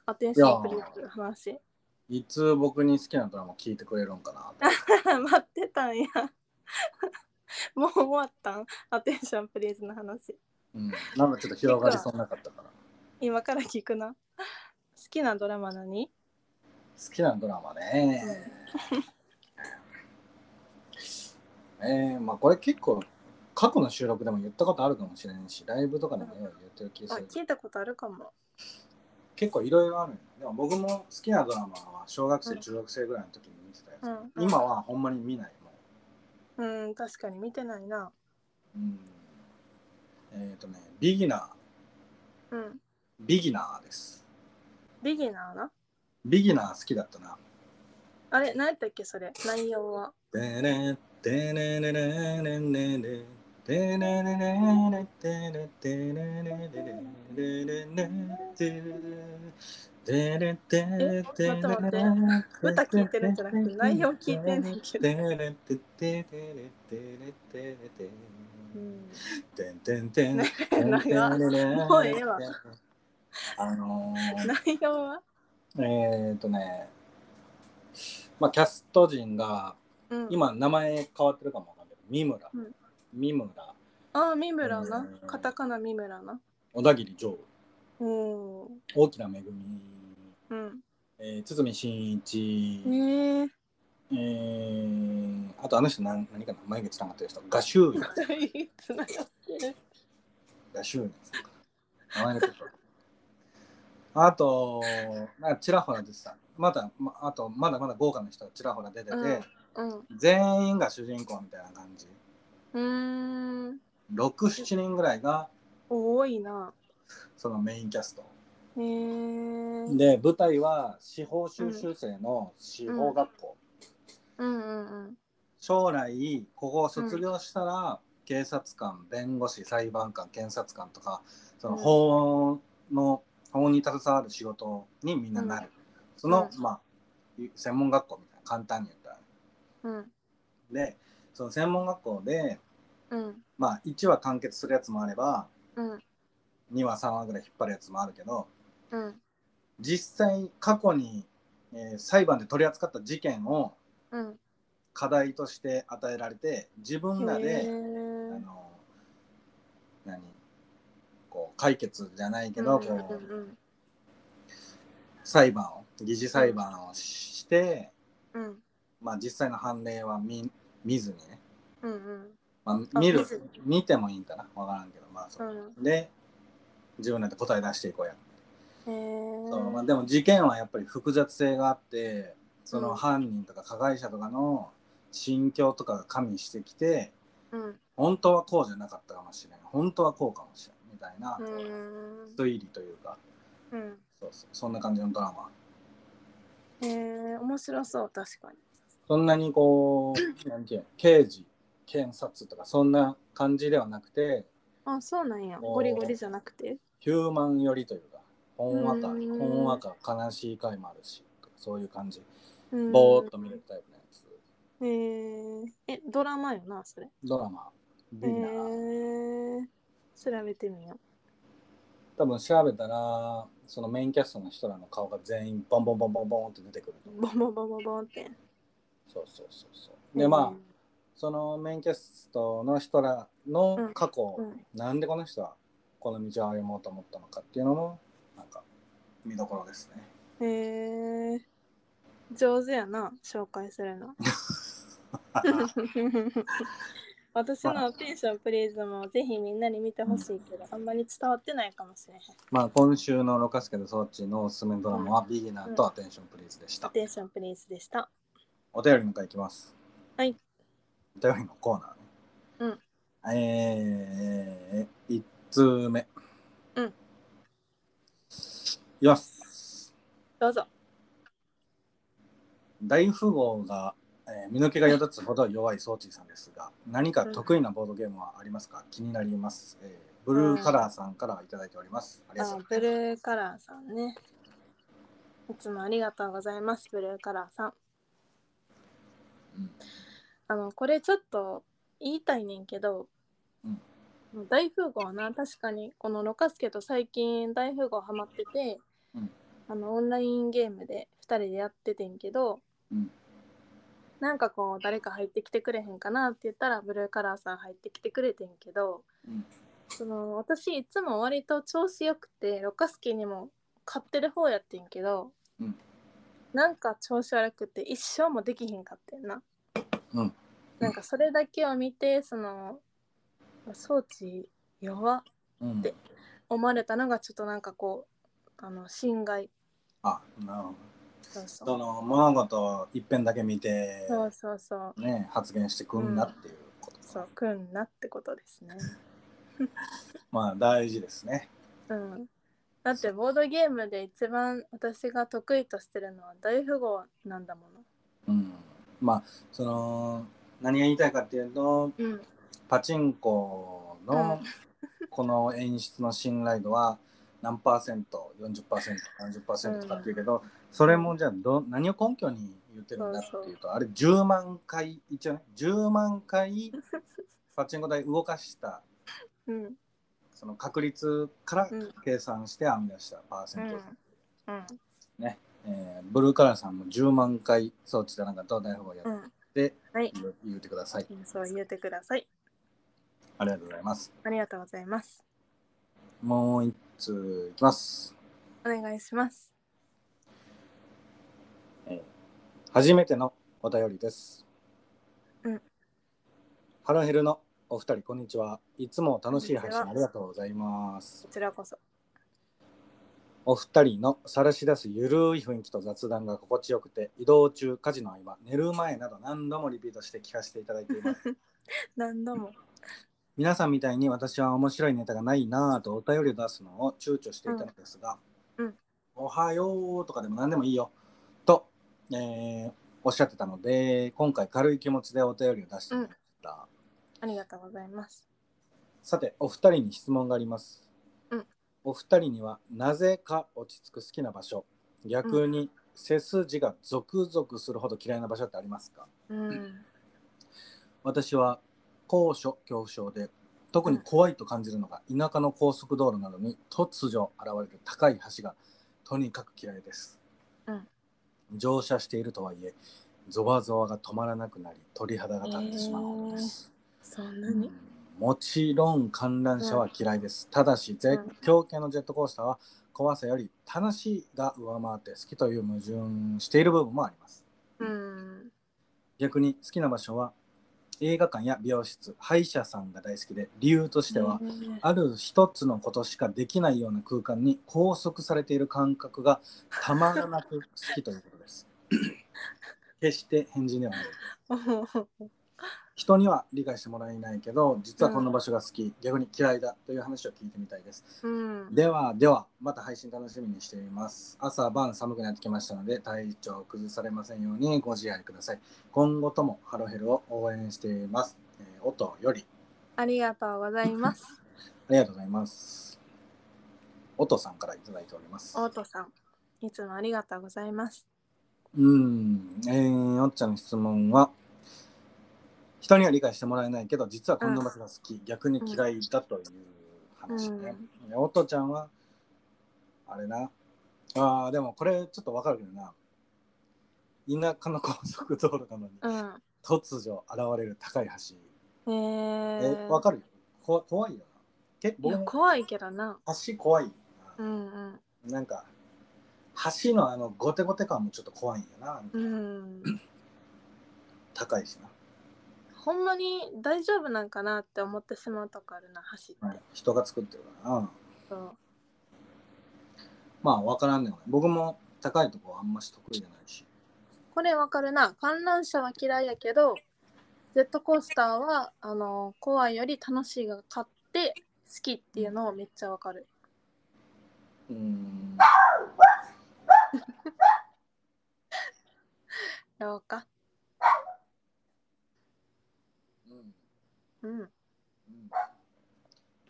[SPEAKER 2] アテンションプリーズの話 *laughs*
[SPEAKER 1] いつ僕に好きなドラマ聞いてくれるんかなって
[SPEAKER 2] 待ってたんや *laughs* もう終わったんアテンションプリーズの話
[SPEAKER 1] うん。なんかちょっと広がりそうなかったから。
[SPEAKER 2] 今から聞くな好きなドラマ何
[SPEAKER 1] 好きなドラマね。 *laughs* えー、まあこれ結構過去の収録でも言ったことあるかもしれんし、ライブとかでもよく言ってる気
[SPEAKER 2] あ
[SPEAKER 1] がする。
[SPEAKER 2] 聞いたことあるかも
[SPEAKER 1] 結構いろいろあるよでも僕も好きなドラマは小学
[SPEAKER 2] う
[SPEAKER 1] 生、
[SPEAKER 2] ん
[SPEAKER 1] 中学生ぐらいの時に見てたやつ。
[SPEAKER 2] うん
[SPEAKER 1] 今はほんまに見ないもん。
[SPEAKER 2] うん確かに見てないな
[SPEAKER 1] うん、えっ、とね、ビギナー、
[SPEAKER 2] うん
[SPEAKER 1] ビギナーです。
[SPEAKER 2] ビギナーな
[SPEAKER 1] ビギナー好きだったな。
[SPEAKER 2] あれ何やったっけそれ内容は
[SPEAKER 1] でねでねでねでねででねでねでねでねでねでねでねでねでねでね
[SPEAKER 2] 歌聞いてるんじゃなくて内容聞いてんねんけど、うん、
[SPEAKER 1] てんてんてん。
[SPEAKER 2] もうええわ。
[SPEAKER 1] あのー、
[SPEAKER 2] 内容は
[SPEAKER 1] えっとね、まあキャスト陣が、
[SPEAKER 2] うん
[SPEAKER 1] 今名前変わってるかもわかんないけど三村、
[SPEAKER 2] うん
[SPEAKER 1] 三村
[SPEAKER 2] ああ、三村な
[SPEAKER 1] う。ん
[SPEAKER 2] カタカナ三村な。
[SPEAKER 1] 小田切丈
[SPEAKER 2] おー
[SPEAKER 1] 大きな恵み、
[SPEAKER 2] うん。
[SPEAKER 1] えー、堤真一、
[SPEAKER 2] ねえ。
[SPEAKER 1] えー、あとあの人何何かな眉毛つながってる人画集員
[SPEAKER 2] つながってる。
[SPEAKER 1] 画集員さんか名前がちょっとあとなんかちらほら出てたまだまあとまだまだ豪華な人がちらほら出てて、
[SPEAKER 2] うん。う
[SPEAKER 1] 全員が主人公みたいな感じ
[SPEAKER 2] ーん。
[SPEAKER 1] 67人ぐらいが
[SPEAKER 2] 多いな。
[SPEAKER 1] そのメインキャスト
[SPEAKER 2] へえ。
[SPEAKER 1] で舞台は司法修習生の司法学校、
[SPEAKER 2] うんうんうん。
[SPEAKER 1] 将来ここを卒業したら、警察官弁護士裁判官検察官とかその
[SPEAKER 2] うん
[SPEAKER 1] 法の、法に携わる仕事にみんななる、その、
[SPEAKER 2] う
[SPEAKER 1] まあい専門学校みたいな簡単に言ったら
[SPEAKER 2] うん。
[SPEAKER 1] でその専門学校で
[SPEAKER 2] うん。
[SPEAKER 1] まあ1話完結するやつもあれば
[SPEAKER 2] うん。
[SPEAKER 1] 2話3話ぐらい引っ張るやつもあるけど
[SPEAKER 2] うん。
[SPEAKER 1] 実際過去に、えー裁判で取り扱った事件を
[SPEAKER 2] うん。
[SPEAKER 1] 課題として与えられて自分ら
[SPEAKER 2] へ
[SPEAKER 1] で、
[SPEAKER 2] ー
[SPEAKER 1] あの何こ解決じゃないけ
[SPEAKER 2] う
[SPEAKER 1] ど、
[SPEAKER 2] ん
[SPEAKER 1] こ
[SPEAKER 2] う
[SPEAKER 1] うん裁判を疑似裁判をして、
[SPEAKER 2] うん
[SPEAKER 1] まあ、実際の判例は見見ずにね、
[SPEAKER 2] うんうん
[SPEAKER 1] まあ、
[SPEAKER 2] あ
[SPEAKER 1] 見る
[SPEAKER 2] 見ずに
[SPEAKER 1] 見てもいいんかなわからんけど、まあそう
[SPEAKER 2] うん
[SPEAKER 1] で自分らで答え出していこうや、
[SPEAKER 2] へー
[SPEAKER 1] そうまあ、でも事件はやっぱり複雑性があってそうの
[SPEAKER 2] ん
[SPEAKER 1] 犯人とか加害者とかの心境とかが加味してきて
[SPEAKER 2] うん
[SPEAKER 1] 本当はこうじゃなかったかもしれない本当はこうかもしれないみたいな
[SPEAKER 2] うーん
[SPEAKER 1] 推理というか
[SPEAKER 2] うん
[SPEAKER 1] そうそうそんな感じのドラマ
[SPEAKER 2] へえ面白そう確かに
[SPEAKER 1] そんなにこ
[SPEAKER 2] *coughs*
[SPEAKER 1] うなんていうの刑事検察とかそんな感じではなくて
[SPEAKER 2] あそうなんや
[SPEAKER 1] おー
[SPEAKER 2] ゴリゴリじゃなくて
[SPEAKER 1] ヒューマン寄りというかほんわか
[SPEAKER 2] うん
[SPEAKER 1] ほんわか悲しい回もあるしとかそういう感じ
[SPEAKER 2] うん
[SPEAKER 1] ぼーっと見るタイプのやつ
[SPEAKER 2] へーえドラマよなそれ
[SPEAKER 1] ドラマ
[SPEAKER 2] へ
[SPEAKER 1] ビギナー
[SPEAKER 2] え調べてみよ
[SPEAKER 1] 多分調べたらそのメインキャストの人らの顔が全員ボンボンボンボンボンって出てくると
[SPEAKER 2] うボンボンボンボンボンって
[SPEAKER 1] そうそうそうそうでまあそのメインキャストの人らの過去、
[SPEAKER 2] うんうん
[SPEAKER 1] なんでこの人はこの道を歩もうと思ったのかっていうのもなんか見どころですね
[SPEAKER 2] へえ上手やな紹介
[SPEAKER 1] *laughs*
[SPEAKER 2] するの私のテンションプリーズもぜひみんなに見てほしいけど、あんまり伝わってないかもしれへん。
[SPEAKER 1] まあ今週のロカスケとソーチのおすすめドラマは「ビギナーとアテンションプリーズ」でした、
[SPEAKER 2] テンションプリーズでした。
[SPEAKER 1] お便りの回いきます
[SPEAKER 2] はい
[SPEAKER 1] お便りのコーナーねえー、1通目
[SPEAKER 2] うん
[SPEAKER 1] いきます
[SPEAKER 2] どうぞ。
[SPEAKER 1] 大富豪が、えー身の毛がよだつほど弱いソーチーさんですが *laughs* 何か得意なボードゲームはありますか、気になります、えーブルーカラーさんからいただいております、ありがとう
[SPEAKER 2] あ
[SPEAKER 1] ござ
[SPEAKER 2] ブ
[SPEAKER 1] い
[SPEAKER 2] ル
[SPEAKER 1] ます
[SPEAKER 2] ーカラーさんね。いつもありがとうございます、ブルーカラーさん。
[SPEAKER 1] うん
[SPEAKER 2] あの、これちょっと言いたいねんけど、
[SPEAKER 1] うん
[SPEAKER 2] 大富豪な、確かに、このロカスケと最近大富豪ハマってて、
[SPEAKER 1] うん
[SPEAKER 2] あの、オンラインゲームで2人でやっててんけど、
[SPEAKER 1] うん
[SPEAKER 2] なんかこう、誰か入ってきてくれへんかなって言ったら、ブルーカラーさん入ってきてくれてんけど、
[SPEAKER 1] うん
[SPEAKER 2] その私いつも割と調子よくてロカスケにも買ってる方やってんけど、
[SPEAKER 1] うん
[SPEAKER 2] なんか調子悪くて一生もできひんかってんな、
[SPEAKER 1] うん
[SPEAKER 2] なんかそれだけを見てその装置弱っ
[SPEAKER 1] うん
[SPEAKER 2] で思われたのがちょっとなんかこうあの侵害
[SPEAKER 1] あなるほど
[SPEAKER 2] そうそう
[SPEAKER 1] その物事を一遍だけ見て、
[SPEAKER 2] そうそうそう
[SPEAKER 1] ね、発言してくんなっていうこと、
[SPEAKER 2] そうくんなってことですね
[SPEAKER 1] まあ大事ですね
[SPEAKER 2] うんだってボードゲームで一番私が得意としてるのは大富豪なんだもの
[SPEAKER 1] うんまあその何が言いたいかっていうと
[SPEAKER 2] うん
[SPEAKER 1] パチンコのこの演出の信頼度は何パーセント 40%40% とかっていうけど、それもじゃあど何を根拠に言ってるんだっていうとあれ10万回一応ね10万回パチンコ台動かした
[SPEAKER 2] うん
[SPEAKER 1] その確率から
[SPEAKER 2] うん
[SPEAKER 1] 計算して編み出したパーセント、
[SPEAKER 2] うん
[SPEAKER 1] えーブルーカラーさんも10万回装置だなんかどうだい方や
[SPEAKER 2] う
[SPEAKER 1] っ
[SPEAKER 2] ん
[SPEAKER 1] て、
[SPEAKER 2] はい
[SPEAKER 1] 言う言うてください
[SPEAKER 2] そう言ってください
[SPEAKER 1] ありがとうございます
[SPEAKER 2] ありがとうございます
[SPEAKER 1] もう一通いきます
[SPEAKER 2] お願いします
[SPEAKER 1] 初めてのお便りです。
[SPEAKER 2] うん
[SPEAKER 1] ハロヘルのお二人、こんにちは。いつも楽しい配信
[SPEAKER 2] こんにちは
[SPEAKER 1] ありがとうございます
[SPEAKER 2] こ。ちらこそ
[SPEAKER 1] お二人の晒し出すゆるい雰囲気と雑談が心地よくて、移動中、家事の合間、寝る前など何度もリピートして聞かせていただいています。
[SPEAKER 2] 何度も
[SPEAKER 1] 皆さんみたいに私は面白いネタがないなぁとお便りを出すのを躊躇していたのですが、
[SPEAKER 2] うんうん
[SPEAKER 1] おはようとかでも何でもいいよと、えーおっしゃってたので、今回軽い気持ちでお便りを出してみました。
[SPEAKER 2] ありがとうございます
[SPEAKER 1] さて、お二人に質問があります。
[SPEAKER 2] うん
[SPEAKER 1] お二人にはなぜか落ち着く好きな場所、逆に背筋がゾクゾクするほど嫌いな場所ってありますか
[SPEAKER 2] うん
[SPEAKER 1] 私は高所恐怖症で特に怖いと感じるのが田舎の高速道路などに突如現れる高い橋がとにかく嫌いです、
[SPEAKER 2] うん
[SPEAKER 1] 乗車しているとはいえゾワゾワが止まらなくなり鳥肌が立ってしまうのです、
[SPEAKER 2] そんな
[SPEAKER 1] う
[SPEAKER 2] に
[SPEAKER 1] んもちろん観覧車は嫌いです。ただし、絶叫系のジェットコースターは怖さより楽しいが上回って好きという矛盾している部分もあります。
[SPEAKER 2] うん。
[SPEAKER 1] 逆に好きな場所は映画館や美容室、歯医者さんが大好きで、理由としては、
[SPEAKER 2] うん
[SPEAKER 1] ある一つのことしかできないような空間に拘束されている感覚がたまらなく好きということ
[SPEAKER 2] *laughs*
[SPEAKER 1] です。決して返事ではない。人には理解してもらえないけど、実はこの場所が好き、逆に嫌いだという話を聞いてみたいです。
[SPEAKER 2] *laughs* うん。
[SPEAKER 1] ではでは、また配信楽しみにしています。朝晩寒くなってきましたので、体調を崩されませんようにご自愛ください。今後ともハロヘルを応援しています。えー音より
[SPEAKER 2] ありがとうございます。
[SPEAKER 1] ありがとうございます。音さんからいただいております。
[SPEAKER 2] オートさん、いつもありがとうございます。
[SPEAKER 1] うん、えー、おっちゃんの質問は、人には理解してもらえないけど、実はこんな場所が好き、逆に嫌いだという話ね。でおっとちゃんは、あれな、あーでもこれちょっとわかるけどな、田舎の高速道路なのに、
[SPEAKER 2] うん。
[SPEAKER 1] 突如現れる高い橋。え
[SPEAKER 2] えー、
[SPEAKER 1] わかるよ。こ怖いよな。結
[SPEAKER 2] いや
[SPEAKER 1] 構、
[SPEAKER 2] 怖いけどな。
[SPEAKER 1] 橋怖いよ
[SPEAKER 2] う
[SPEAKER 1] な。
[SPEAKER 2] ん
[SPEAKER 1] なんか、橋のあのゴテゴテ感もちょっと怖いんやな。 *laughs*
[SPEAKER 2] うん。うん。
[SPEAKER 1] 高いしな。
[SPEAKER 2] ほんまに大丈夫なんかなって思ってしまうとこあるな、走って。
[SPEAKER 1] はい、人が作ってるからな。
[SPEAKER 2] そう
[SPEAKER 1] まあ分からんでもない。僕も高いとこはあんまし得意じゃないし。
[SPEAKER 2] これわかるな。観覧車は嫌いやけど、ジェットコースターはあの怖いより楽しいが勝って好きっていうのをめっちゃわかる。
[SPEAKER 1] うーん。
[SPEAKER 2] やろうか。
[SPEAKER 1] うん
[SPEAKER 2] うん。
[SPEAKER 1] うん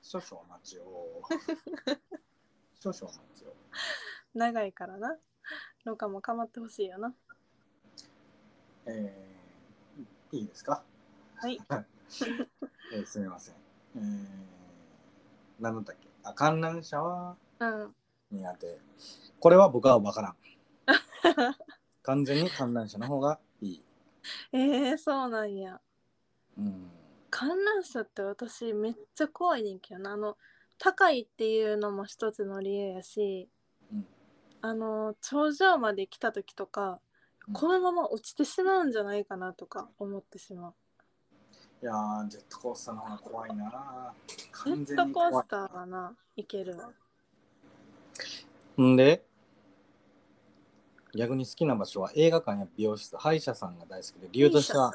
[SPEAKER 1] 少々お待ちを。少々お待ちを。
[SPEAKER 2] 長いからな。どうかも構ってほしいよな。
[SPEAKER 1] えー、いいですか
[SPEAKER 2] はい。
[SPEAKER 1] *laughs* えーすみません。えー、何だったっけあ、観覧車は
[SPEAKER 2] うん。
[SPEAKER 1] 苦手。これは僕は分からん。完全に観覧車の方がいい。
[SPEAKER 2] *laughs* えー、そうなんや。
[SPEAKER 1] うん。
[SPEAKER 2] 観覧車って私めっちゃ怖いねんけどなあの高いっていうのも一つの理由やし、
[SPEAKER 1] うん
[SPEAKER 2] あの頂上まで来た時とかこのまま落ちてしまうんじゃないかなとか思ってしまう
[SPEAKER 1] いやー、ジェットコースターの方が怖いな。
[SPEAKER 2] ジェ
[SPEAKER 1] 完
[SPEAKER 2] ッ
[SPEAKER 1] 全
[SPEAKER 2] ト
[SPEAKER 1] に
[SPEAKER 2] コ
[SPEAKER 1] 怖い
[SPEAKER 2] ースターはないけるわ
[SPEAKER 1] んで逆に好きな場所は映画館や美容室歯医者さんが大好きで理由としては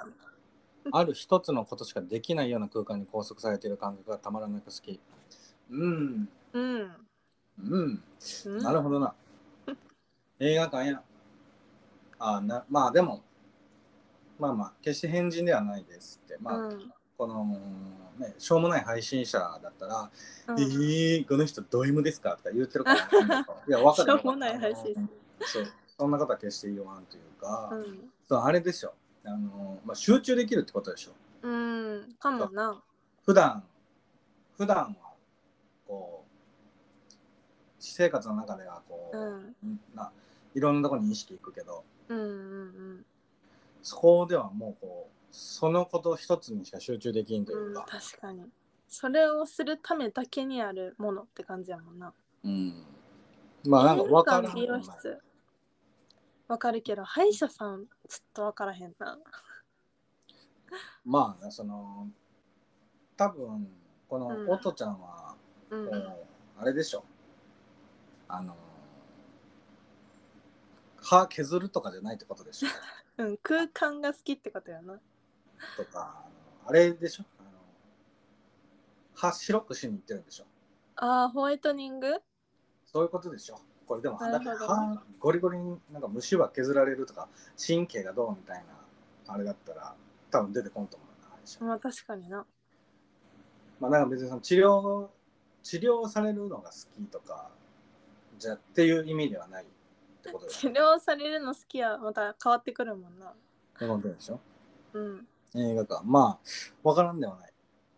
[SPEAKER 1] ある一つのことしかできないような空間に拘束されている感覚がたまらなく好きうん
[SPEAKER 2] う
[SPEAKER 1] う
[SPEAKER 2] ん、
[SPEAKER 1] ん
[SPEAKER 2] うん、
[SPEAKER 1] なるほどな映画館やあなまあでもまあまあ決して変人ではないですってまあ、
[SPEAKER 2] うん
[SPEAKER 1] このねしょうもない配信者だったら
[SPEAKER 2] う
[SPEAKER 1] え
[SPEAKER 2] ん
[SPEAKER 1] ー、この人ド M ですかとか言ってるかもしれないけど
[SPEAKER 2] *laughs*
[SPEAKER 1] いや、わかるよ
[SPEAKER 2] しょうもない配信
[SPEAKER 1] あのそう、そんなことは決して言わんというか、
[SPEAKER 2] うん
[SPEAKER 1] そうあれでしょあの、まあ、集中できるってことでしょ。
[SPEAKER 2] うん、かもな
[SPEAKER 1] 普段普段は、こう、私生活の中では、こ
[SPEAKER 2] う
[SPEAKER 1] う、
[SPEAKER 2] ん
[SPEAKER 1] な、いろんなところに意識いくけど、
[SPEAKER 2] うんうん
[SPEAKER 1] そこではもう、こう、そのこと一つにしか集中できんとい
[SPEAKER 2] うん、う、
[SPEAKER 1] うんか、
[SPEAKER 2] 確かにそれをするためだけにあるものって感じやもんな
[SPEAKER 1] うん。まあ、なんか分からん
[SPEAKER 2] 美
[SPEAKER 1] でも
[SPEAKER 2] 容
[SPEAKER 1] ない
[SPEAKER 2] 室わかるけど歯医者さんちょっとわからへんな
[SPEAKER 1] まあその多分この
[SPEAKER 2] うん
[SPEAKER 1] おとちゃんは、
[SPEAKER 2] うん
[SPEAKER 1] こうあれでしょあの歯削るとかじゃないってことで
[SPEAKER 2] *laughs*
[SPEAKER 1] しょ
[SPEAKER 2] うん空間が好きってことやな
[SPEAKER 1] とかあのあれでしょあの歯白くしに行ってるんでしょ
[SPEAKER 2] あーホワイトニング
[SPEAKER 1] そういうことでしょこれでも
[SPEAKER 2] なるほど
[SPEAKER 1] 歯ゴリゴリになんか虫歯削られるとか神経がどうみたいなあれだったら多分出てこんと思うなあれでしょ
[SPEAKER 2] まあ確かにな
[SPEAKER 1] まあ、なんか別にその治療治療されるのが好きとかじゃっていう意味ではないってことでし
[SPEAKER 2] 治
[SPEAKER 1] ょ。
[SPEAKER 2] 療されるの好きはまた変わってくるもんな
[SPEAKER 1] ってことでしょ
[SPEAKER 2] うん、
[SPEAKER 1] 映画館まあ分からんではない。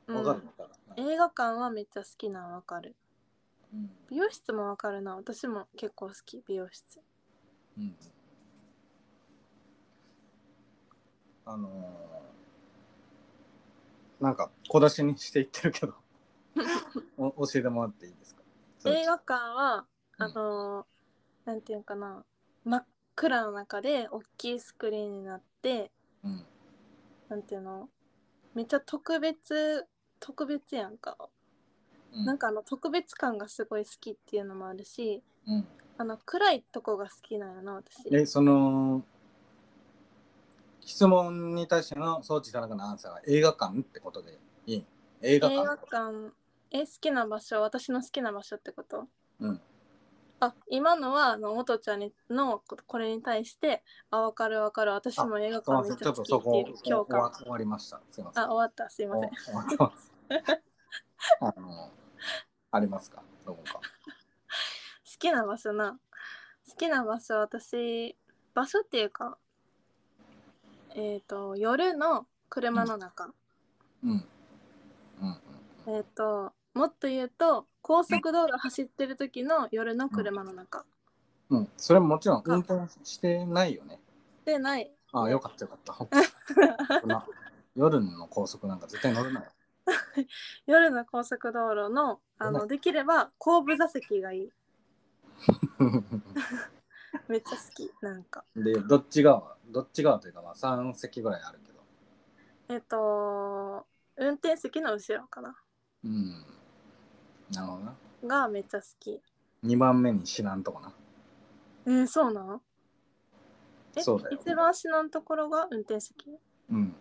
[SPEAKER 2] う
[SPEAKER 1] 分かる
[SPEAKER 2] ん
[SPEAKER 1] の、かな。
[SPEAKER 2] 映画館はめっちゃ好きなんわかる
[SPEAKER 1] うん
[SPEAKER 2] 美容室もわかるな私も結構好き美容室
[SPEAKER 1] うんあのーなんか小出しにしていってる
[SPEAKER 2] *laughs*
[SPEAKER 1] けどお教えてもらっていいですか
[SPEAKER 2] 映画館は
[SPEAKER 1] うん
[SPEAKER 2] あのーなんていうかな真っ暗の中で大きいスクリーンになって
[SPEAKER 1] うん
[SPEAKER 2] なんていうのめっちゃ特別特別やんか、
[SPEAKER 1] うん
[SPEAKER 2] なんかあの特別感がすごい好きっていうのもあるし
[SPEAKER 1] うん
[SPEAKER 2] あの暗いとこが好きなんやな私
[SPEAKER 1] えその質問に対しての装置田中のアンサーは映画館ってことでいい映
[SPEAKER 2] 映
[SPEAKER 1] 画
[SPEAKER 2] 画
[SPEAKER 1] 館
[SPEAKER 2] 館え好きな場所私の好きな場所ってこと
[SPEAKER 1] うん
[SPEAKER 2] あ今のはあの元ちゃんにのここれに対してあ分かる分かる私も映画
[SPEAKER 1] すいま
[SPEAKER 2] 館
[SPEAKER 1] せん
[SPEAKER 2] めっ
[SPEAKER 1] ち
[SPEAKER 2] ち
[SPEAKER 1] ょ
[SPEAKER 2] ゃ
[SPEAKER 1] っと
[SPEAKER 2] 好きっ
[SPEAKER 1] そ
[SPEAKER 2] て
[SPEAKER 1] こ
[SPEAKER 2] いう
[SPEAKER 1] 終
[SPEAKER 2] 共
[SPEAKER 1] わ
[SPEAKER 2] 感
[SPEAKER 1] 終わりましたすいません
[SPEAKER 2] あ終わったすいません
[SPEAKER 1] お終わってますあのありますかどうか
[SPEAKER 2] 好きな場所な好きな場所私場所っていうかえっ、と夜の車の中、
[SPEAKER 1] うんうんうん
[SPEAKER 2] えっ、ともっと言うと高速道路走ってる時の夜の車の中、
[SPEAKER 1] うんうんそれももちろん運転してないよね
[SPEAKER 2] でない
[SPEAKER 1] あよかったよかったほんとそんな夜の高速なんか絶対乗るなよ
[SPEAKER 2] 夜の高速道路のあ
[SPEAKER 1] う
[SPEAKER 2] のできれば後部座席がいいめっちゃ好きなんか
[SPEAKER 1] でどっち側どっち側というかまあ3席ぐらいあるけど
[SPEAKER 2] えっ、と運転席の後ろかな
[SPEAKER 1] うんなるほどな
[SPEAKER 2] がめっちゃ好き
[SPEAKER 1] 2番目に知らんとこな
[SPEAKER 2] えー、そうなんえ
[SPEAKER 1] そうだよ
[SPEAKER 2] 一番下のところが運転席
[SPEAKER 1] うん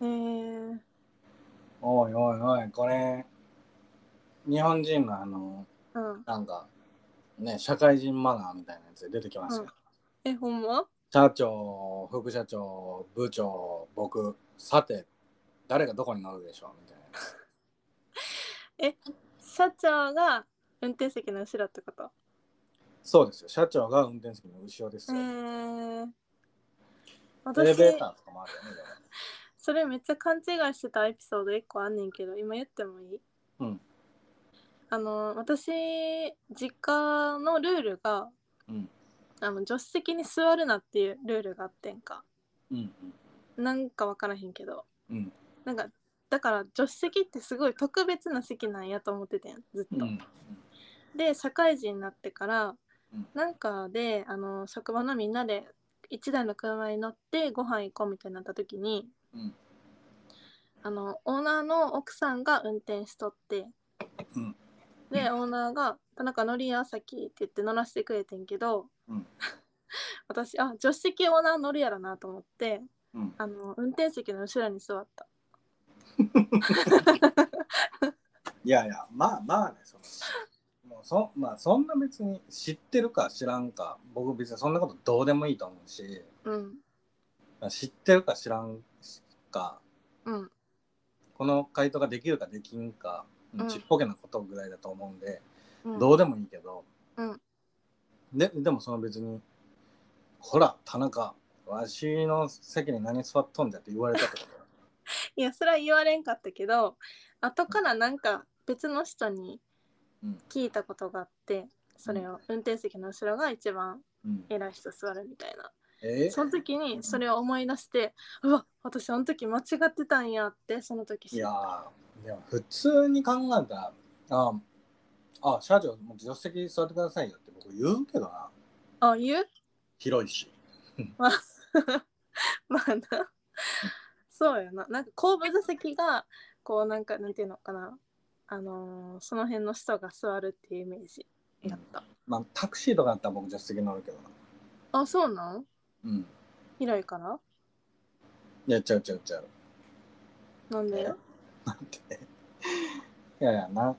[SPEAKER 2] えー、
[SPEAKER 1] おいおいおいこれ日本人のあの
[SPEAKER 2] うん
[SPEAKER 1] なんかね社会人マナーみたいなやつで出てきますよ、
[SPEAKER 2] うんえほんま
[SPEAKER 1] 社長副社長部長僕さて誰がどこに乗るでしょうみたいなやつ
[SPEAKER 2] 社長が運転席の後ろってこと
[SPEAKER 1] そうですよ社長が運転席の後ろです
[SPEAKER 2] え
[SPEAKER 1] よ、
[SPEAKER 2] ー、
[SPEAKER 1] エレ
[SPEAKER 2] 私
[SPEAKER 1] ベーターとかもあるよねでも
[SPEAKER 2] それめっちゃ勘違いしてたエピソード1個あんねんけど今言ってもいい
[SPEAKER 1] うん
[SPEAKER 2] あの私実家のルールが
[SPEAKER 1] うん
[SPEAKER 2] あの助手席に座るなっていうルールがあってんか
[SPEAKER 1] うん
[SPEAKER 2] なんかわからへんけど
[SPEAKER 1] うん
[SPEAKER 2] なんかだから助手席ってすごい特別な席なんやと思っててんずっ
[SPEAKER 1] うんう
[SPEAKER 2] と、
[SPEAKER 1] ん
[SPEAKER 2] で社会人になってから、
[SPEAKER 1] うん
[SPEAKER 2] なんかであの職場のみんなで1台の車に乗ってご飯行こうみたいになった時に
[SPEAKER 1] うん
[SPEAKER 2] あのオーナーの奥さんが運転しとって、
[SPEAKER 1] うん
[SPEAKER 2] でオーナーが「田中乗りやさっき」って言って乗らせてくれてんけど、
[SPEAKER 1] うん
[SPEAKER 2] *laughs* 私あ助手席オーナー乗るやろなと思って
[SPEAKER 1] うん
[SPEAKER 2] あの運転席の後ろに座った。
[SPEAKER 1] いやいやまあまあねそのもうそまあそんな別に知ってるか知らんか僕別にそんなことどうでもいいと思うし
[SPEAKER 2] うん
[SPEAKER 1] 知ってるか知らんか
[SPEAKER 2] うん
[SPEAKER 1] この回答ができるかできんか
[SPEAKER 2] うん
[SPEAKER 1] ちっぽけなことぐらいだと思うんで、
[SPEAKER 2] うん
[SPEAKER 1] どうでもいいけど、
[SPEAKER 2] うん
[SPEAKER 1] ででもその別に「ほら田中わしの席に何座っとんじゃ」って言われたってこと
[SPEAKER 2] いやそれは言われんかったけど後からなんか別の人に聞いたことがあってそれを運転席の後ろが一番 *laughs*
[SPEAKER 1] うん、
[SPEAKER 2] 偉い人座るみたいな
[SPEAKER 1] え
[SPEAKER 2] その時にそれを思い出してうわ私あの時間違ってたんやってその時
[SPEAKER 1] い
[SPEAKER 2] 知っ
[SPEAKER 1] や
[SPEAKER 2] た
[SPEAKER 1] ーでも普通に考えたらああ社長もう助手席座ってくださいよって僕言うけどな
[SPEAKER 2] あ言う
[SPEAKER 1] 広いし
[SPEAKER 2] *laughs* まあなそうよななんか後部座席がこうなんかなんていうのかなあのーその辺の人が座るっていうイメージやった、
[SPEAKER 1] まあタクシーとかだったら僕助手席乗るけどな
[SPEAKER 2] あそうなん
[SPEAKER 1] うん
[SPEAKER 2] 広いから
[SPEAKER 1] いや違う違う違う
[SPEAKER 2] なんで
[SPEAKER 1] なんていやいやな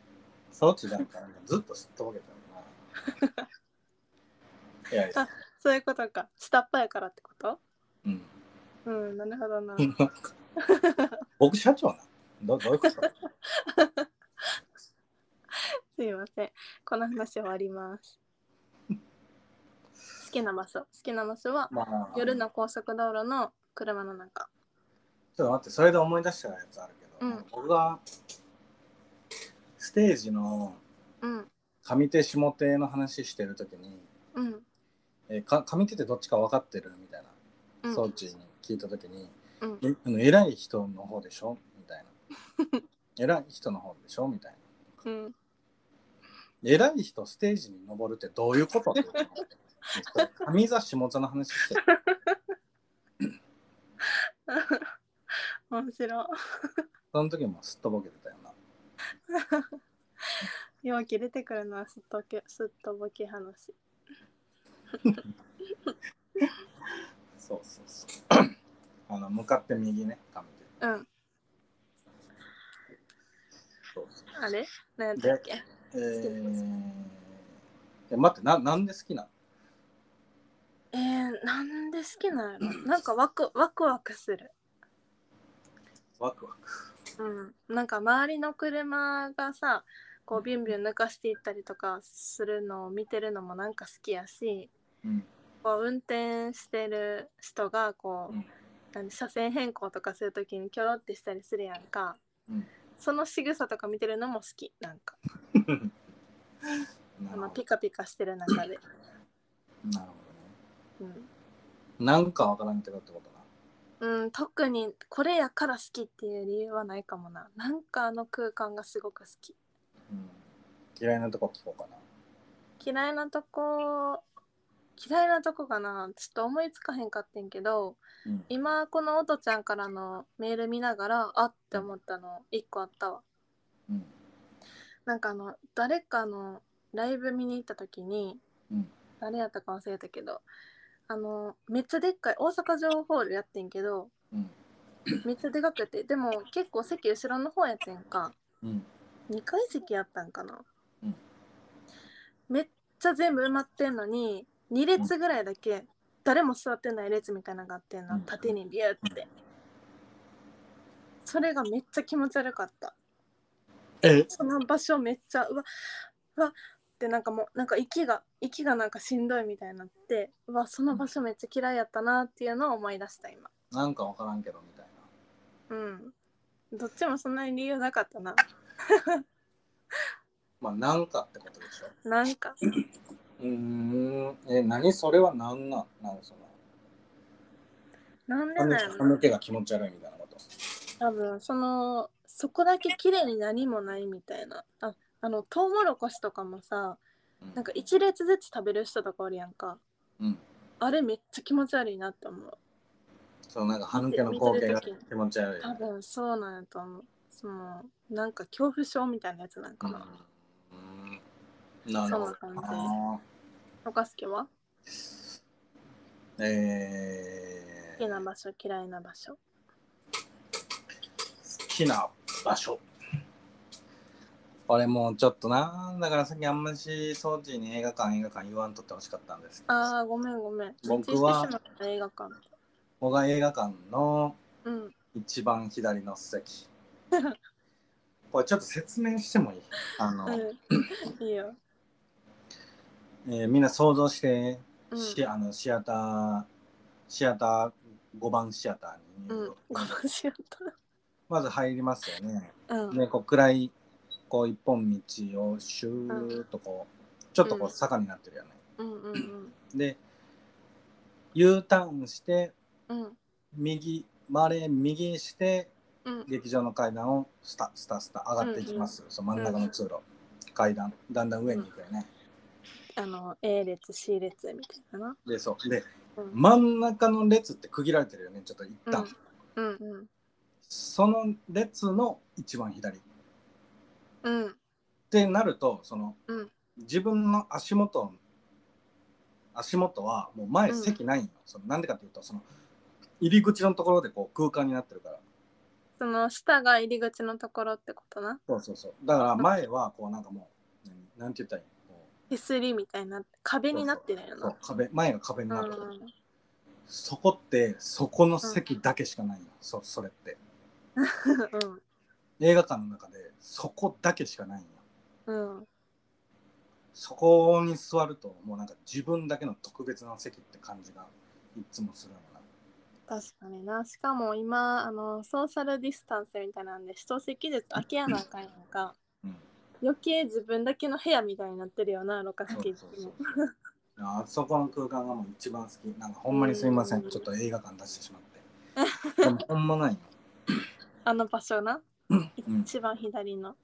[SPEAKER 1] そう違うからなんかずっと知っとぼけたよ
[SPEAKER 2] *laughs*
[SPEAKER 1] ないやいや
[SPEAKER 2] そういうことか。下っ端やからってこと *laughs*
[SPEAKER 1] うん
[SPEAKER 2] うん、なるほどな。
[SPEAKER 1] 僕社長などどういうこと
[SPEAKER 2] すいません。この話終わり *laughs* ます。好きな場所。好きな場所は
[SPEAKER 1] まあ
[SPEAKER 2] 夜の高速道路の車の中。
[SPEAKER 1] ちょっと待って、それで思い出したやつあるけど、
[SPEAKER 2] うん
[SPEAKER 1] 僕がステージの
[SPEAKER 2] うん、
[SPEAKER 1] 上手下手の話してるときに、
[SPEAKER 2] うん、
[SPEAKER 1] えーか上手ってどっちか分かってるみたい
[SPEAKER 2] うん。
[SPEAKER 1] な装置に聞いたときに、
[SPEAKER 2] うん
[SPEAKER 1] えあの偉い人の方でしょみたいな。 *laughs* 偉い人の方でしょみたいな。
[SPEAKER 2] うん。 *laughs*
[SPEAKER 1] 偉い人ステージに登るってどういうことって思って上座下座の話してる
[SPEAKER 2] 面白い。
[SPEAKER 1] その時もすっとぼけてたよな
[SPEAKER 2] 容器出てくるのはすっとけすっとぼけ話。
[SPEAKER 1] そうそうそうあの向かって右ね上手
[SPEAKER 2] うん。
[SPEAKER 1] そうそう
[SPEAKER 2] あれ何やったっけ
[SPEAKER 1] えーえ待ってななんで好きなの
[SPEAKER 2] えー、なんで好きなんやろなんかワクワクワクする。
[SPEAKER 1] ワクワク
[SPEAKER 2] うん、なんか周りの車がさこうビュンビュン抜かしていったりとかするのを見てるのもなんか好きやし
[SPEAKER 1] うん
[SPEAKER 2] こう運転してる人がこう、
[SPEAKER 1] うん
[SPEAKER 2] なんで車線変更とかするときにキョロってしたりするやんか、
[SPEAKER 1] うん
[SPEAKER 2] その仕草とか見てるのも好きなんか、
[SPEAKER 1] *laughs* なる
[SPEAKER 2] まあ、
[SPEAKER 1] ほど
[SPEAKER 2] ピカピカしてる
[SPEAKER 1] *laughs*
[SPEAKER 2] 中で、
[SPEAKER 1] なるほ
[SPEAKER 2] うん
[SPEAKER 1] どねなんかわからんけどってことな
[SPEAKER 2] うん、特にこれやから好きっていう理由はないかもななんかあの空間がすごく好き
[SPEAKER 1] うん嫌いなとこ聞こうかな
[SPEAKER 2] 嫌いなとこ嫌いなとこかなちょっと思いつかへんかってんけど
[SPEAKER 1] うん
[SPEAKER 2] 今このおとちゃんからのメール見ながらあって思ったの1個あったわ
[SPEAKER 1] うん
[SPEAKER 2] なんかあの誰かのライブ見に行った時に、
[SPEAKER 1] うん
[SPEAKER 2] 誰やったか忘れたけどあのめっちゃでっかい大阪城ホールやってんけど
[SPEAKER 1] うん
[SPEAKER 2] めっちゃでかくてでも結構席後ろの方やってんか、
[SPEAKER 1] うん
[SPEAKER 2] 2階席やったんかな、
[SPEAKER 1] うん
[SPEAKER 2] めっちゃ全部埋まってんのに2列ぐらいだけ誰も座ってない列みたいなのがあってん
[SPEAKER 1] う
[SPEAKER 2] の
[SPEAKER 1] ん
[SPEAKER 2] 縦にビューってそれがめっちゃ気持ち悪かった
[SPEAKER 1] え
[SPEAKER 2] その場所めっちゃうわうわってなんかもうなんか息が息がなんかしんどいみたいになってうわその場所めっちゃ嫌いやったなっていうのを思い出した今
[SPEAKER 1] なんかわからんけどみたいな
[SPEAKER 2] うんどっちもそんなに理由なかったな
[SPEAKER 1] まあなんかってことでしょ
[SPEAKER 2] なんか
[SPEAKER 1] うーんえ何それは何なんなんその
[SPEAKER 2] なんで
[SPEAKER 1] 髪
[SPEAKER 2] なんやろな
[SPEAKER 1] 髪の毛が気持ち悪いみたいなこと
[SPEAKER 2] 多分そのそこだけ綺麗に何もないみたいなああのトウモロコシとかもさなんか一列ずつ食べる人とかおるやんか
[SPEAKER 1] うん
[SPEAKER 2] あれめっちゃ気持ち悪いなって思う
[SPEAKER 1] そうなんか歯抜けの光景が
[SPEAKER 2] 見てる時
[SPEAKER 1] 気持ち悪い
[SPEAKER 2] 多分そうなんやと思うそのなんか恐怖症みたいなやつなんか
[SPEAKER 1] う
[SPEAKER 2] な、
[SPEAKER 1] んなるほど
[SPEAKER 2] そうな
[SPEAKER 1] な
[SPEAKER 2] 岡助は
[SPEAKER 1] え
[SPEAKER 2] 好
[SPEAKER 1] ー
[SPEAKER 2] きな場所嫌いな場所
[SPEAKER 1] 好きな場所俺もうちょっとなだからさっきあんまし掃除に映画館映画館言わんとってほしかったんですけど
[SPEAKER 2] ああごめんごめん
[SPEAKER 1] 僕は
[SPEAKER 2] 徹底してしまった映画館
[SPEAKER 1] 僕が映画館の
[SPEAKER 2] うん
[SPEAKER 1] 一番左の
[SPEAKER 2] *laughs*
[SPEAKER 1] 席これちょっと説明してもいいあの、 *laughs*
[SPEAKER 2] うんいいよ、
[SPEAKER 1] えーみんな想像して、
[SPEAKER 2] うん、
[SPEAKER 1] シあのシアターシアター5番シアターに
[SPEAKER 2] う
[SPEAKER 1] 入
[SPEAKER 2] ん
[SPEAKER 1] る、
[SPEAKER 2] ごめんしよった
[SPEAKER 1] まず入りますよね。
[SPEAKER 2] うん
[SPEAKER 1] でこう暗いこう一本道をシューッとこうちょっとこ
[SPEAKER 2] う
[SPEAKER 1] うん坂になってるよね。
[SPEAKER 2] うんうんうん
[SPEAKER 1] で U ターンして
[SPEAKER 2] うん
[SPEAKER 1] 右回れ右して
[SPEAKER 2] うん
[SPEAKER 1] 劇場の階段をスタスタスタ上がっていきます。その真ん中の通路、階段だんだん上に行くよね。
[SPEAKER 2] あの A 列 C 列みたいなな。
[SPEAKER 1] でそうで
[SPEAKER 2] うん
[SPEAKER 1] 真ん中の列って区切られてるよねちょっと一旦。
[SPEAKER 2] うんうん
[SPEAKER 1] その列の一番左っ
[SPEAKER 2] うん
[SPEAKER 1] てなるとその、
[SPEAKER 2] うん
[SPEAKER 1] 自分の足元足元はもう前
[SPEAKER 2] うん
[SPEAKER 1] 席ないんよ、そのなんでかっていうとその入り口のところでこう空間になってるから
[SPEAKER 2] その下が入り口のところってことな。
[SPEAKER 1] そうそうそうだから前はこうなんかもう、何なんて言ったらいいのこ
[SPEAKER 2] 手すりみたいな壁になってるよ
[SPEAKER 1] うそう
[SPEAKER 2] な。
[SPEAKER 1] 壁前が壁に
[SPEAKER 2] う
[SPEAKER 1] なっ
[SPEAKER 2] ん
[SPEAKER 1] てる、そこってそこの席だけしかないの、そそれって映画館の中でそこだけしかないんよ
[SPEAKER 2] うんうん
[SPEAKER 1] そこに座るともうなんか自分だけの特別な席って感じがいつもするのな
[SPEAKER 2] 確かにな。しかも今あのソーシャルディスタンスみたいなんで一席ずつ空けやなあかんやんか。
[SPEAKER 1] うん
[SPEAKER 2] 余計自分だけの部屋みたいになってるよな、ろ過
[SPEAKER 1] そう
[SPEAKER 2] 席っ
[SPEAKER 1] そ
[SPEAKER 2] て
[SPEAKER 1] うそうあそこの空間がもう一番好きなんかほんまにすみませんちょっと映画館出してしまってでもほんまないよ
[SPEAKER 2] あの場所な。
[SPEAKER 1] うん
[SPEAKER 2] 一番左の。